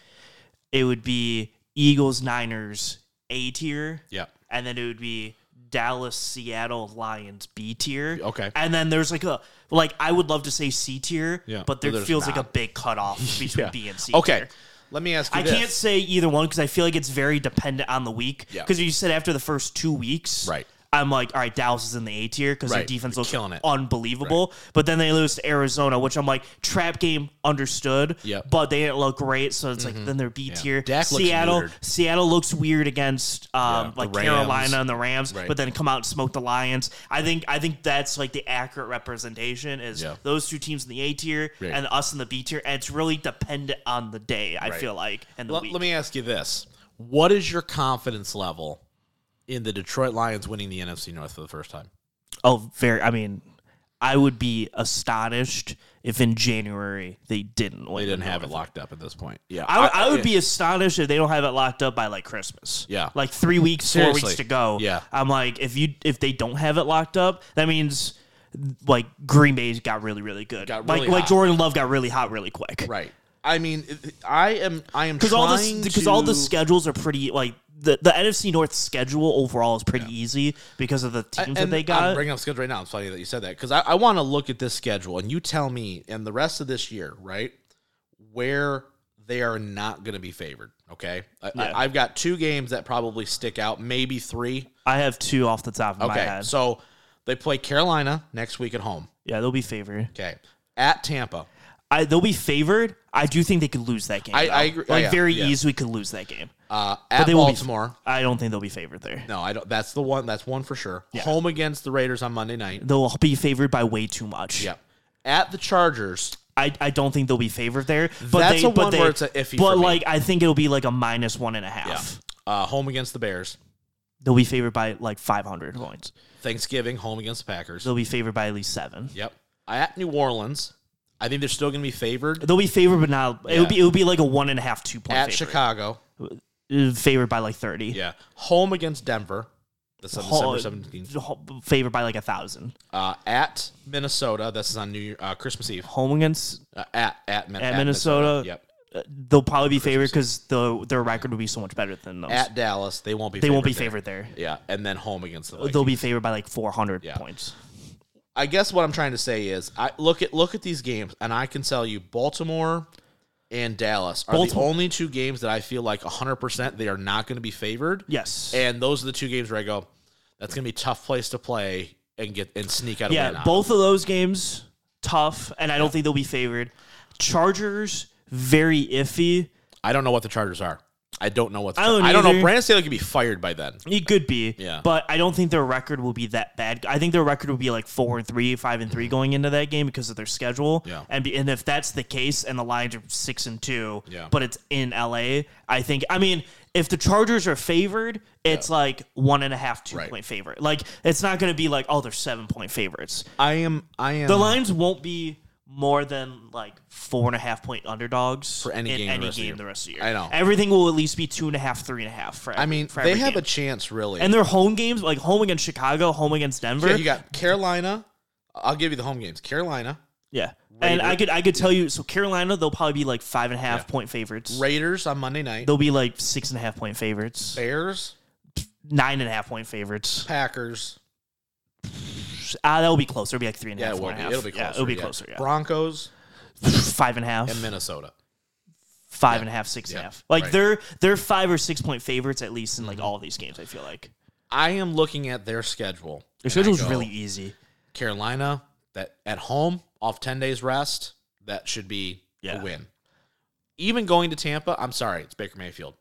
it would be Eagles, Niners, A tier. Yeah. And then it would be Dallas, Seattle, Lions, B tier. Okay. And then there's like a like I would love to say C tier, Yeah, but but there there's feels like a not. big cutoff between Yeah. B and C. Okay. tier. Let me ask you I this. can't say either one because I feel like it's very dependent on the week. Yeah. Because you said after the first two weeks, Right. I'm like, all right, Dallas is in the A tier because their Right. defense They're looks killing it. unbelievable. But then they lose to Arizona, which I'm like, trap game understood. Yep. Mm-hmm. But they didn't look great, so it's like then they're B tier. Dak looks Seattle, weird. Seattle looks weird against um, Yeah, the like Rams. Carolina and the Rams, Right. but then come out and smoke the Lions. I think I think that's like the accurate representation is Yeah. those two teams in the A tier Right. and us in the B tier, and it's really dependent on the day. I Right. feel like and the Let, week. let me ask you this: What is your confidence level in the Detroit Lions winning the NFC North for the first time? Oh, very. I mean, I would be astonished if in January they didn't. They win didn't the have it North. locked up at this point. Yeah, I, would- I would be astonished if they don't have it locked up by like Christmas. Yeah. like three weeks, four Seriously. weeks to go. Yeah. I'm like, if you if they don't have it locked up, that means like Green Bay's got really really good. Got like really like hot. Jordan Love got really hot really quick. right. I mean, I am. I am Because all this trying because all the to- schedules are pretty like the, the NFC North schedule overall is pretty easy because of the teams and that uh, they got. I'm bringing up schedule right now. It's funny that you said that because I, I want to look at this schedule and you tell me and the rest of this year, right, where they are not going to be favored. Okay, I, Yeah. I, I've got two games that probably stick out, maybe three. I have two off the top of my Okay, head. so they play Carolina next week at home. Yeah, they'll be favored. Okay, at Tampa. I they'll be favored. I do think they could lose that game. I- though. I agree. Oh, Like yeah, very yeah. easily could lose that game. Uh, at they will be- Baltimore. I don't think they'll be favored there. no, I don't. That's the one. That's one for sure. Home against the Raiders on Monday night. They'll be favored by way too much. Yep. At the Chargers. I, I don't think they'll be favored there. But That's they, a but one they- where it's a iffy But for me. like I think it'll be like a minus one and a half. Uh, home against the Bears. They'll be favored by like five hundred points. Thanksgiving. Home against the Packers. They'll be favored by at least seven. Yep. At New Orleans. I think they're still going to be favored. They'll be favored, but not. It Yeah. would be it would be like a one and a half two point At favorite. Chicago. Uh, Favored by like thirty. Yeah. Home against Denver. That's on Ho- December seventeenth. ho- Favored by like a thousand. Uh, at Minnesota. This is on New Year, uh, Christmas Eve. Home against Uh, at at, Min- At Minnesota. Yep. they'll probably be favored because the their record will be so much better than those. At Dallas. They won't be. they won't be there. favored there. Yeah, and then home against the Vikings. They'll be favored by like 400 points. I guess what I'm trying to say is, I look at look at these games, and I can tell you, Baltimore and Dallas are Baltim- the only two games that I feel like 100 percent they are not going to be favored. Yes. and those are the two games where I go, that's going to be a tough place to play and get and sneak out. a win yeah, on. both of those games tough, and I don't think they'll be favored. Chargers very iffy. I don't know what the Chargers are. I don't know what the I Char- don't I don't know. either. Brandon Staley could be fired by then. It could be, Yeah. but I don't think their record will be that bad. I think their record will be like four and three, five and three going into that game because of their schedule. Yeah. and be, and if that's the case, and the Lions are six and two, Yeah. but it's in LA. I think. I mean, if the Chargers are favored, it's like one and a half, two Right. point favorite. Like it's not going to be like oh they're seven point favorites. I am. I am. The Lions won't be more than like four and a half point underdogs for any in game the any rest of the game year. the rest of the year. I know. everything will at least be two and a half, three and a half. For every, I mean, for they every have game. a chance, really. And their home games, like home against Chicago, home against Denver. Yeah, Yeah. you got Carolina. I'll give you the home games. Carolina, And I could I could tell you so Carolina, they'll probably be like five and a half point favorites. Raiders on Monday night. They'll be like six and a half point favorites. Bears, Nine and a half point favorites. Packers. Ah, that'll be closer. It'll be like three and a Yeah, half, it four will and be. a half. It'll be closer. Yeah, it'll be closer. Yeah. Broncos Five and a half. and Minnesota. Five and a half, six and a Yeah. half. Like Right. Mm-hmm. they're they're five or six point favorites at least in like all of these games, I feel like. I am looking at their schedule. The and I schedule's go, really easy. Carolina that at home off 10 days rest, that should be Yeah. a win. Even going to Tampa, I'm sorry, it's Baker Mayfield.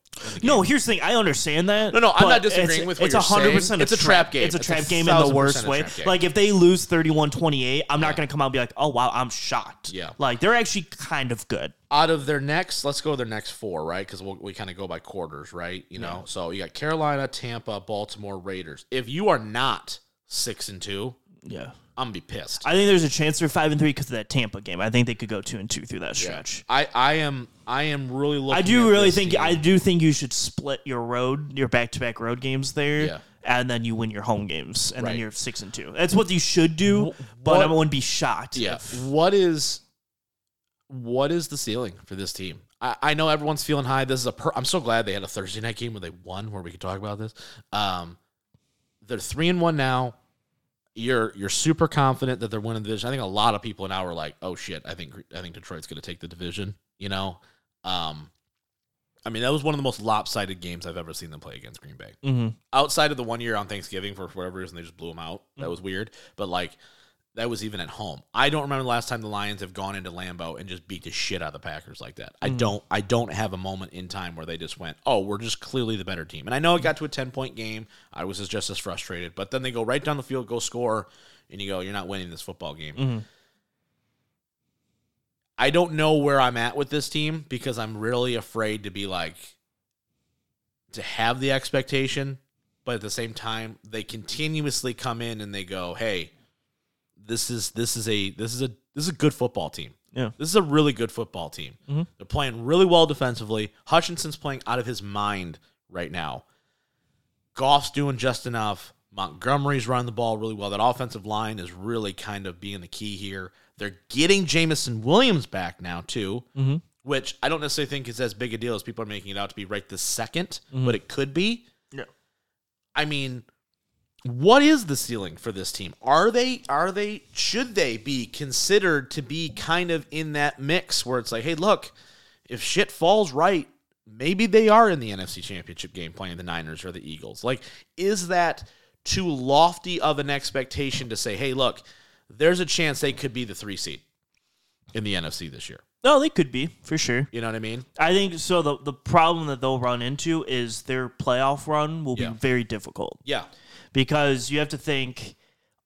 No, here's the thing. I understand that. No, no, I'm but not disagreeing it's, with what it's you're saying. a It's a trap game. It's a It's trap a game in the 1000% worst a way. trap game. Like, if they lose 31 28, I'm not going to come out and be like, oh, wow, I'm shocked. Yeah. Like, they're actually kind of good. Out of their next, let's go to their next four, right? Because we'll, we kind of go by quarters, right? You know, so you got Carolina, Tampa, Baltimore, Raiders. If you are not six and two, Yeah. I'm gonna be pissed. I think there's a chance they're 5 and 3 because of that Tampa game. I think they could go 2 and 2 through that stretch. I, I am I am really looking. I do at really this think team. I do think you should split your road, your back to back road games there, Yeah. and then you win your home games, and Right. then you're six and two. That's what you should do, but what- I wouldn't be shocked. Yeah. if- What is what is the ceiling for this team? I, I know everyone's feeling high. This is a per- I'm so glad they had a Thursday night game where they won, where we could talk about this. Um, they're three and one now. You're you're super confident that they're winning the division. I think a lot of people now are like, oh shit, I think I think Detroit's going to take the division. You know, um, I mean that was one of the most lopsided games I've ever seen them play against Green Bay Mhm. outside of the one year on Thanksgiving for whatever reason they just blew them out. That was weird, but like that was even at home. I don't remember the last time the Lions have gone into Lambeau and just beat the shit out of the Packers like that. I don't. I don't have a moment in time where they just went, "Oh, we're just clearly the better team." And I know it got to a ten point game. I was just as frustrated, but then they go right down the field, go score, and you go, "You're not winning this football game." Mhm. I don't know where I'm at with this team because I'm really afraid to be like to have the expectation, but at the same time, they continuously come in and they go, "Hey, this is this is a this is a this is a good football team. Yeah. This is a really good football team. Mhm. They're playing really well defensively. Hutchinson's playing out of his mind right now. Goff's doing just enough. Montgomery's running the ball really well. That offensive line is really kind of being the key here. They're getting Jamison Williams back now too, Mhm. which I don't necessarily think is as big a deal as people are making it out to be right this 2nd but it could be. Yeah. I mean, what is the ceiling for this team? Are they are they should they be considered to be kind of in that mix where it's like, hey, look, if shit falls right, maybe they are in the NFC Championship game playing the Niners or the Eagles. Like, is that too lofty of an expectation to say, hey, look, there's a chance they could be the three seed in the NFC this year? No, they could be for sure. You know what I mean? I think so. The the problem that they'll run into is their playoff run will Yeah. be very difficult Yeah. because you have to think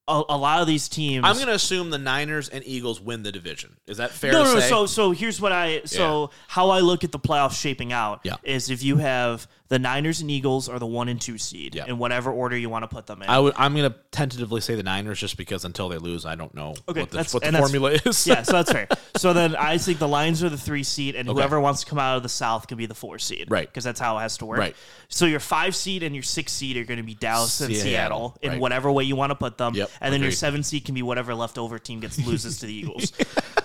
a, a lot of these teams. I'm gonna assume the Niners and Eagles win the division. Is that fair no, to no, no. say? So, so here's what I so how I look at the playoffs shaping out Yeah. is if you have the Niners and Eagles are the one and two seed Yeah. in whatever order you want to put them in. I would, I'm going to tentatively say the Niners just because until they lose, I don't know Okay, what the, that's- what the and that's- formula is. yeah, so that's fair. So then I think the Lions are the three seed, and whoever wants to come out of the South can be the four seed, Right. Because that's how it has to work. Right. So your five seed and your six seed are going to be Dallas and Seattle, Seattle in right. whatever way you want to put them, Yep, and then your agreed. seven seed can be whatever leftover team gets loses to the Eagles.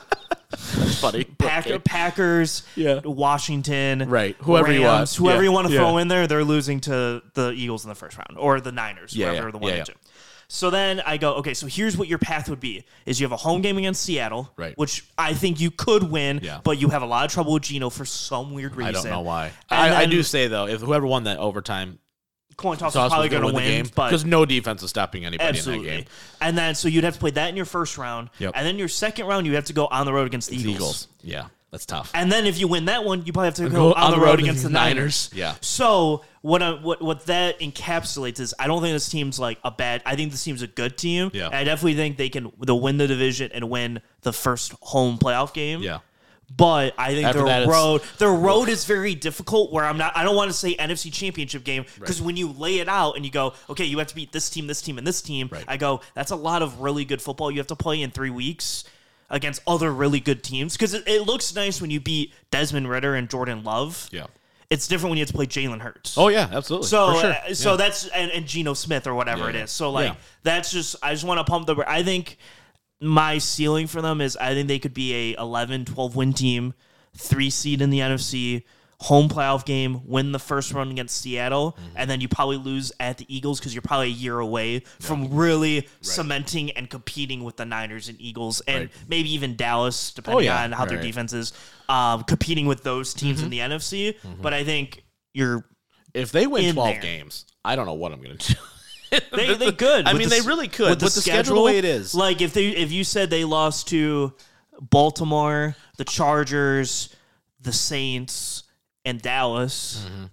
buddy. Pack- Packers, Yeah. Washington, Right. Whoever you want. Rams, whoever Yeah. you want to Yeah. throw in there, they're losing to the Eagles in the first round or the Niners, Yeah, whoever yeah. the one Yeah, and yeah. two. So then I go, okay, so here's what your path would be is you have a home game against Seattle, Right. which I think you could win, Yeah. but you have a lot of trouble with Gino for some weird reason. I don't know why. And I, I then- do say though, if whoever won that overtime Coin toss is toss probably was going going to win, win, the game, but because no defense is stopping anybody Absolutely. in that game. And then so you'd have to play that in your first round. Yep. And then your second round you have to go on the road against the The Eagles. Eagles, yeah, that's tough. And then if you win that one, you probably have to go, on, the road, against the Niners. Yeah. So what I, what what that encapsulates is I don't think this team's like a bad. I think this team's a good team. Yeah. And I definitely think they can they'll win the division and win the first home playoff game. yeah, But I think After that, their it's- road their road is very difficult. Where I'm not I don't want to say NFC Championship game because when you lay it out and you go okay you have to beat this team this team and this team Right. I go that's a lot of really good football you have to play in three weeks against other really good teams because it, it looks nice when you beat Desmond Ritter and Jordan Love. yeah. It's different when you have to play Jalen Hurts. Oh yeah, absolutely. So, For sure. uh, so that's and, and Geno Smith or whatever Yeah, it yeah. is. So like Yeah. that's just I just want to pump the. I think my ceiling for them is I think they could be a 11, 12 win team, three seed in the NFC, home playoff game, win the first run against Seattle, Mm-hmm. and then you probably lose at the Eagles because you're probably a year away from really cementing and competing with the Niners and Eagles and Right. Oh, maybe even Dallas, depending yeah. on how their Right. Mm-hmm. defense is um, competing with those teams in the NFC. But I think you're if they win in twelve there. games, I don't know what I'm going to do. They, they could. I with mean, the they s- really could with the, schedule, the way it is. Like if they if you said they lost to Baltimore, the Chargers, the Saints, and Dallas, Mm-hmm.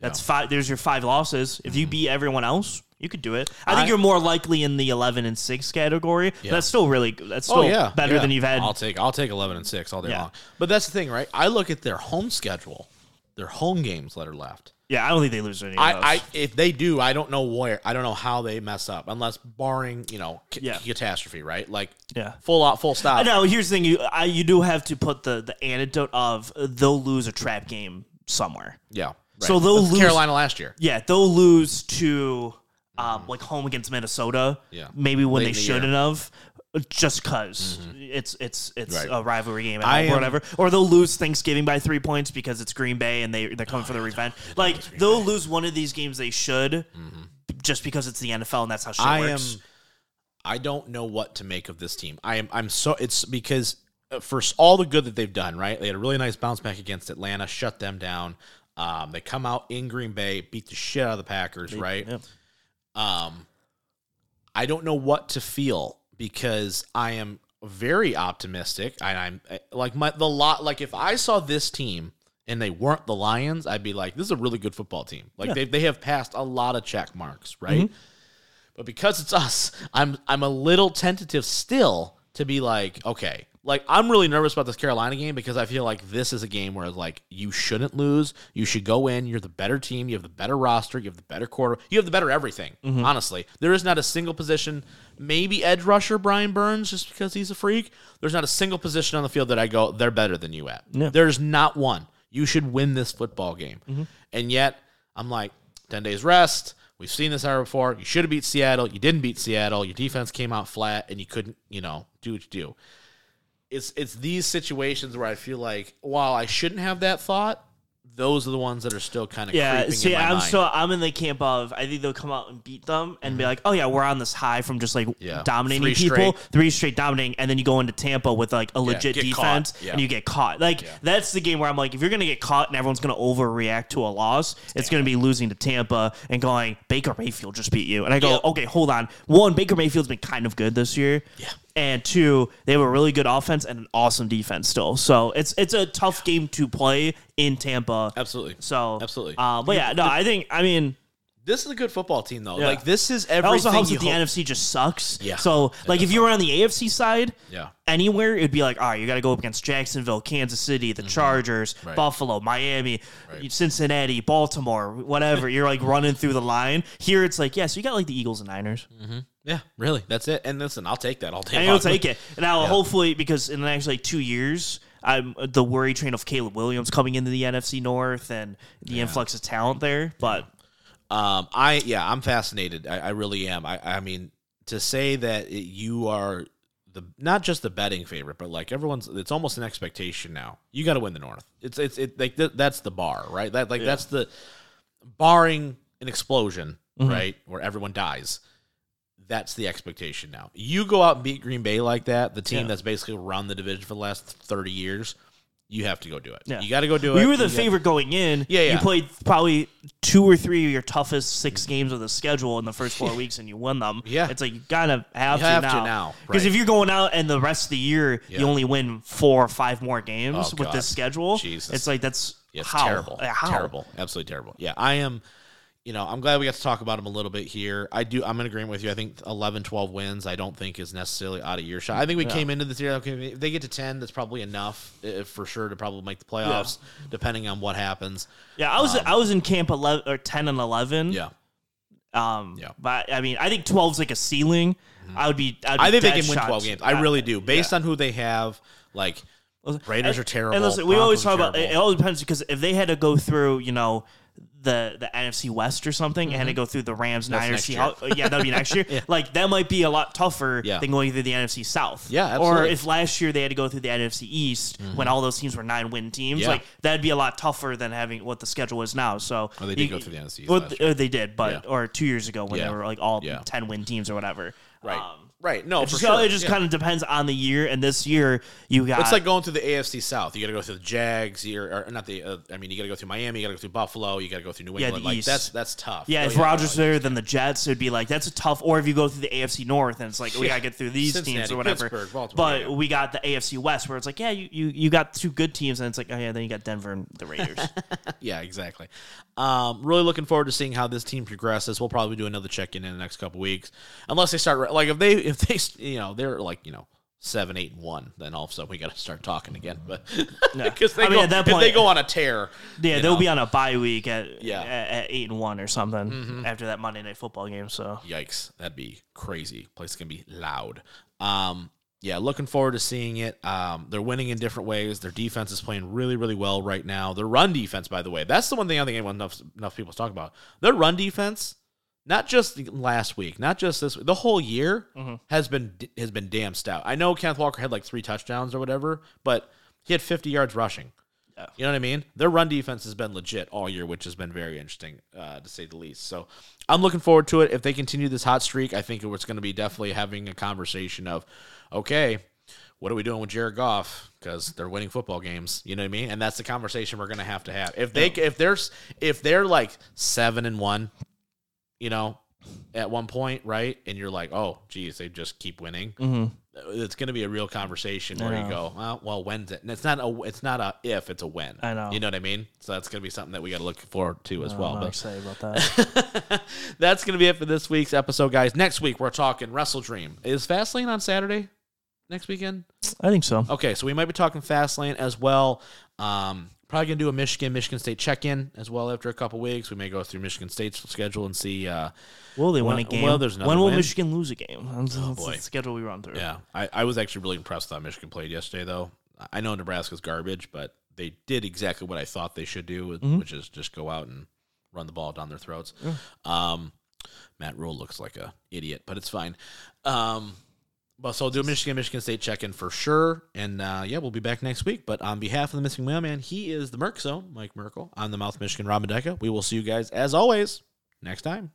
that's five. There's your five losses. If you beat everyone else, you could do it. I think I- you're more likely in the eleven and six category. but That's still really that's still oh yeah, better yeah. than you've had. I'll take I'll take eleven and six all day Yeah. long. But that's the thing, right? I look at their home schedule, their home games that are left. yeah, I don't think they lose any. Of those. I, I if they do, I don't know where. I don't know how they mess up, unless barring you know c- Yeah. catastrophe, right? Like Yeah. full out, full stop. No, here's the thing. You I, you do have to put the the antidote of uh, they'll lose a trap game somewhere. Yeah. right. So they'll That's lose- Carolina last year. Mm-hmm. Yeah, they'll lose to um, like home against Minnesota. Yeah. maybe when Late they in the Mm-hmm. shouldn't have, just because it's it's it's Right. a rivalry game at I home am- or whatever. Or they'll lose Thanksgiving by three points because it's Green Bay and they they're Oh, coming for the revenge. Like they'll lose one of these games they should, Mm-hmm. just because it's the NFL and that's how shit I am. works. I don't know what to make of this team. I am. I'm so. It's because uh, for s- all the good that they've done, right? They had a really nice bounce back against Atlanta, shut them down. Um, they come out in Green Bay, beat the shit out of the Packers, right? yeah. Um, I don't know what to feel because I am very optimistic, and I'm uh, like my the lot. Like if I saw this team and they weren't the Lions, I'd be like, "This is a really good football team." Like they they have passed a lot of check marks, right? But because it's us, I'm I'm a little tentative still to be like, okay, like I'm really nervous about this Carolina game because I feel like this is a game where like you shouldn't lose. You should go in. You're the better team. You have the better roster. You have the better quarter. You have the better everything. Honestly, there is not a single position. Maybe edge rusher Brian Burns, just because he's a freak. There's not a single position on the field that I go, they're better than you at. There's not one. You should win this football game. And yet, I'm like, 10 days rest. We've seen this hour before. You should have beat Seattle. You didn't beat Seattle. Your defense came out flat and you couldn't, you know, do what you do. It's it's these situations where I feel like while I shouldn't have that thought, those are the ones that are still kind of Yeah, creeping see, in my I'm mind. Mm-hmm. so I'm in the camp of I think they'll come out and beat them and be like, oh yeah, we're on this high from just like Yeah. dominating Three people, straight. three straight dominating, and then you go into Tampa with like a legit get caught. defense Yeah. and you get caught. Like that's the game where I'm like, if you're gonna get caught and everyone's gonna overreact to a loss, it's gonna be losing to Tampa and going Baker Mayfield just beat you, and I go, Yeah. okay, hold on. One, Baker Mayfield's been kind of good this year. Yeah. And two, they have a really good offense and an awesome defense still. So it's it's a tough game to play in Tampa. Absolutely. So Absolutely. uh, but yeah, no, I think I mean This is a good football team though. Yeah. Like this is that everything also helps you that the hope- NFC just sucks. Yeah, So it like if does you were on the AFC side, Yeah. anywhere it'd be like, all right, you got to go up against Jacksonville, Kansas City, the Chargers, Mm-hmm. Right. Buffalo, Miami, Cincinnati, Baltimore, whatever. You're like running through the line. Here it's like, yeah, so you got like the Eagles and Niners. Mm-hmm. Yeah, really. That's it. And listen, I'll take that all day. And he'll long. take it. Now, hopefully, because in the next like two years, I'm the worry train of Caleb Williams coming into the NFC North and the influx of talent there. But Um, I yeah, I'm fascinated. I, I really am. I, I mean, to say that it, you are the not just the betting favorite, but like everyone's, it's almost an expectation now. You got to win the North. It's it's it like th- that's the bar, right? That like that's the barring an explosion, Mm-hmm. right, where everyone dies. That's the expectation now. You go out and beat Green Bay like that, the team Yeah. that's basically run the division for the last thirty years. You have to go do it. Yeah. You got to go do it. You were the You got- favorite going in. Yeah, yeah. You played probably two or three of your toughest six games of the schedule in the first four weeks, and you won them. Yeah. it's like you gotta have, You have to, to now. now, Because right. if you're going out and the rest of the year Yeah. you only win four or five more games Oh, with God. this schedule, Jesus. it's like that's Yeah, it's how? terrible. Yeah, how? Terrible. Absolutely terrible. Yeah, I am. You know, I'm glad we got to talk about him a little bit here. I do. I'm in agreement with you. I think 11, 12 wins. I don't think is necessarily out of your shot. I think we came into this year. Okay, if they get to ten, that's probably enough eh, for sure to probably make the playoffs, depending on what happens. Yeah, I was I was in camp eleven or ten and eleven. Um, Yeah, Um. Yeah. Mm-hmm. But I mean, I think 12's like a ceiling. I would be. I'd be I think they dead can win shocked. twelve games. I really do, based on who they have. Like Raiders are terrible. And listen, we always talk Broncos are about it, terrible. it all depends because if they had to go through, you know, the the NFC West or something, and had to go through the Rams, Niners, Mm-hmm. next year. Seahawks, uh, yeah, that'd be next year. Like that might be a lot tougher Yeah. than going through the NFC South. Yeah, Or absolutely. Mm-hmm. if last year they had to go through the NFC East when all those teams were nine win teams, Yeah. like that'd be a lot tougher than having what the schedule is now. So Oh, they did go through the NFC East Well, last th- uh, they did, but Yeah. or two years ago when Yeah. they were like all Yeah. ten win teams or whatever. Right. Um, Right. No, It for just, sure. it just Yeah. kind of depends on the year, and this year you got It's like going through the AFC South. You got to go through the Jags. You're, or not the. Uh, I mean, you got to go through Miami. You got to go through Buffalo. You got to go through New Yeah, England. the like East. that's that's tough. yeah, Oh, if Rogers no, there than the Jets, it'd be like that's a tough. Or if you go through the AFC North, and it's like we Yeah. gotta get through these teams Cincinnati, or whatever. Pittsburgh, Baltimore, but yeah. we got the AFC West, where it's like yeah, you, you you got two good teams, and it's like oh yeah, then you got Denver and the Raiders. Yeah, exactly. Um, really looking forward to seeing how this team progresses. We'll probably do another check in in the next couple weeks, unless they start like if they if they you know they're like you know seven eight and one, then all of a sudden we got to start talking again. But because they I mean, go, at that 'cause point- they go on a tear. yeah, you they'll know? be on a bye week at Yeah. Mm-hmm. yeah. at, at eight and one or something after that Monday night football game. So Yikes, that'd be crazy. Place can be loud. Um, yeah, looking forward to seeing it. Um, they're winning in different ways. Their defense is playing really, really well right now. Their run defense, by the way, that's the one thing I don't think anyone enough enough people talk about. Their run defense, not just last week, not just this, the whole year has been has been damn stout. I know Kenneth Walker had like three touchdowns or whatever, but he had 50 yards rushing. You know what I mean? Their run defense has been legit all year, which has been very interesting, uh, to say the least. So I'm looking forward to it. If they continue this hot streak, I think it's going to be definitely having a conversation of, okay, what are we doing with Jared Goff? Because they're winning football games. You know what I mean? And that's the conversation we're going to have to have. If they if there's if they're like seven and one, you know, at one point, right? And you're like, oh, geez, they just keep winning Mm-hmm. it's going to be a real conversation where you go, well, well, when's it? And it's not a, it's not a if, it's a when. I know. You know what I mean? So that's going to be something that we got to look forward to as well. I'm not But excited about that. that's going to be it for this week's episode, guys. Next week we're talking Wrestle Dream. Is Fastlane on Saturday next weekend? I think so. Okay, so we might be talking Fastlane as well. Um, probably gonna do a Michigan, Michigan State check-in as well after a couple weeks. We may go through Michigan State's schedule and see. Uh, Will they Well, win a game? well, there's another when will win. Oh, Michigan lose a game? That's, that's boy. the schedule we run through. Yeah, I, I was actually really impressed with how Michigan played yesterday, though. I know Nebraska's garbage, but they did exactly what I thought they should do, which is just go out and run the ball down their throats. Um, Matt Rule looks like a idiot, but it's fine. Um, but so I'll do a Michigan, Michigan State check in for sure. And uh, yeah, we'll be back next week. But on behalf of the Missing Mailman, he is the Merck Zone, Mike Merkel. I'm the Mouth Michigan Robin Deca. We will see you guys, as always, next time.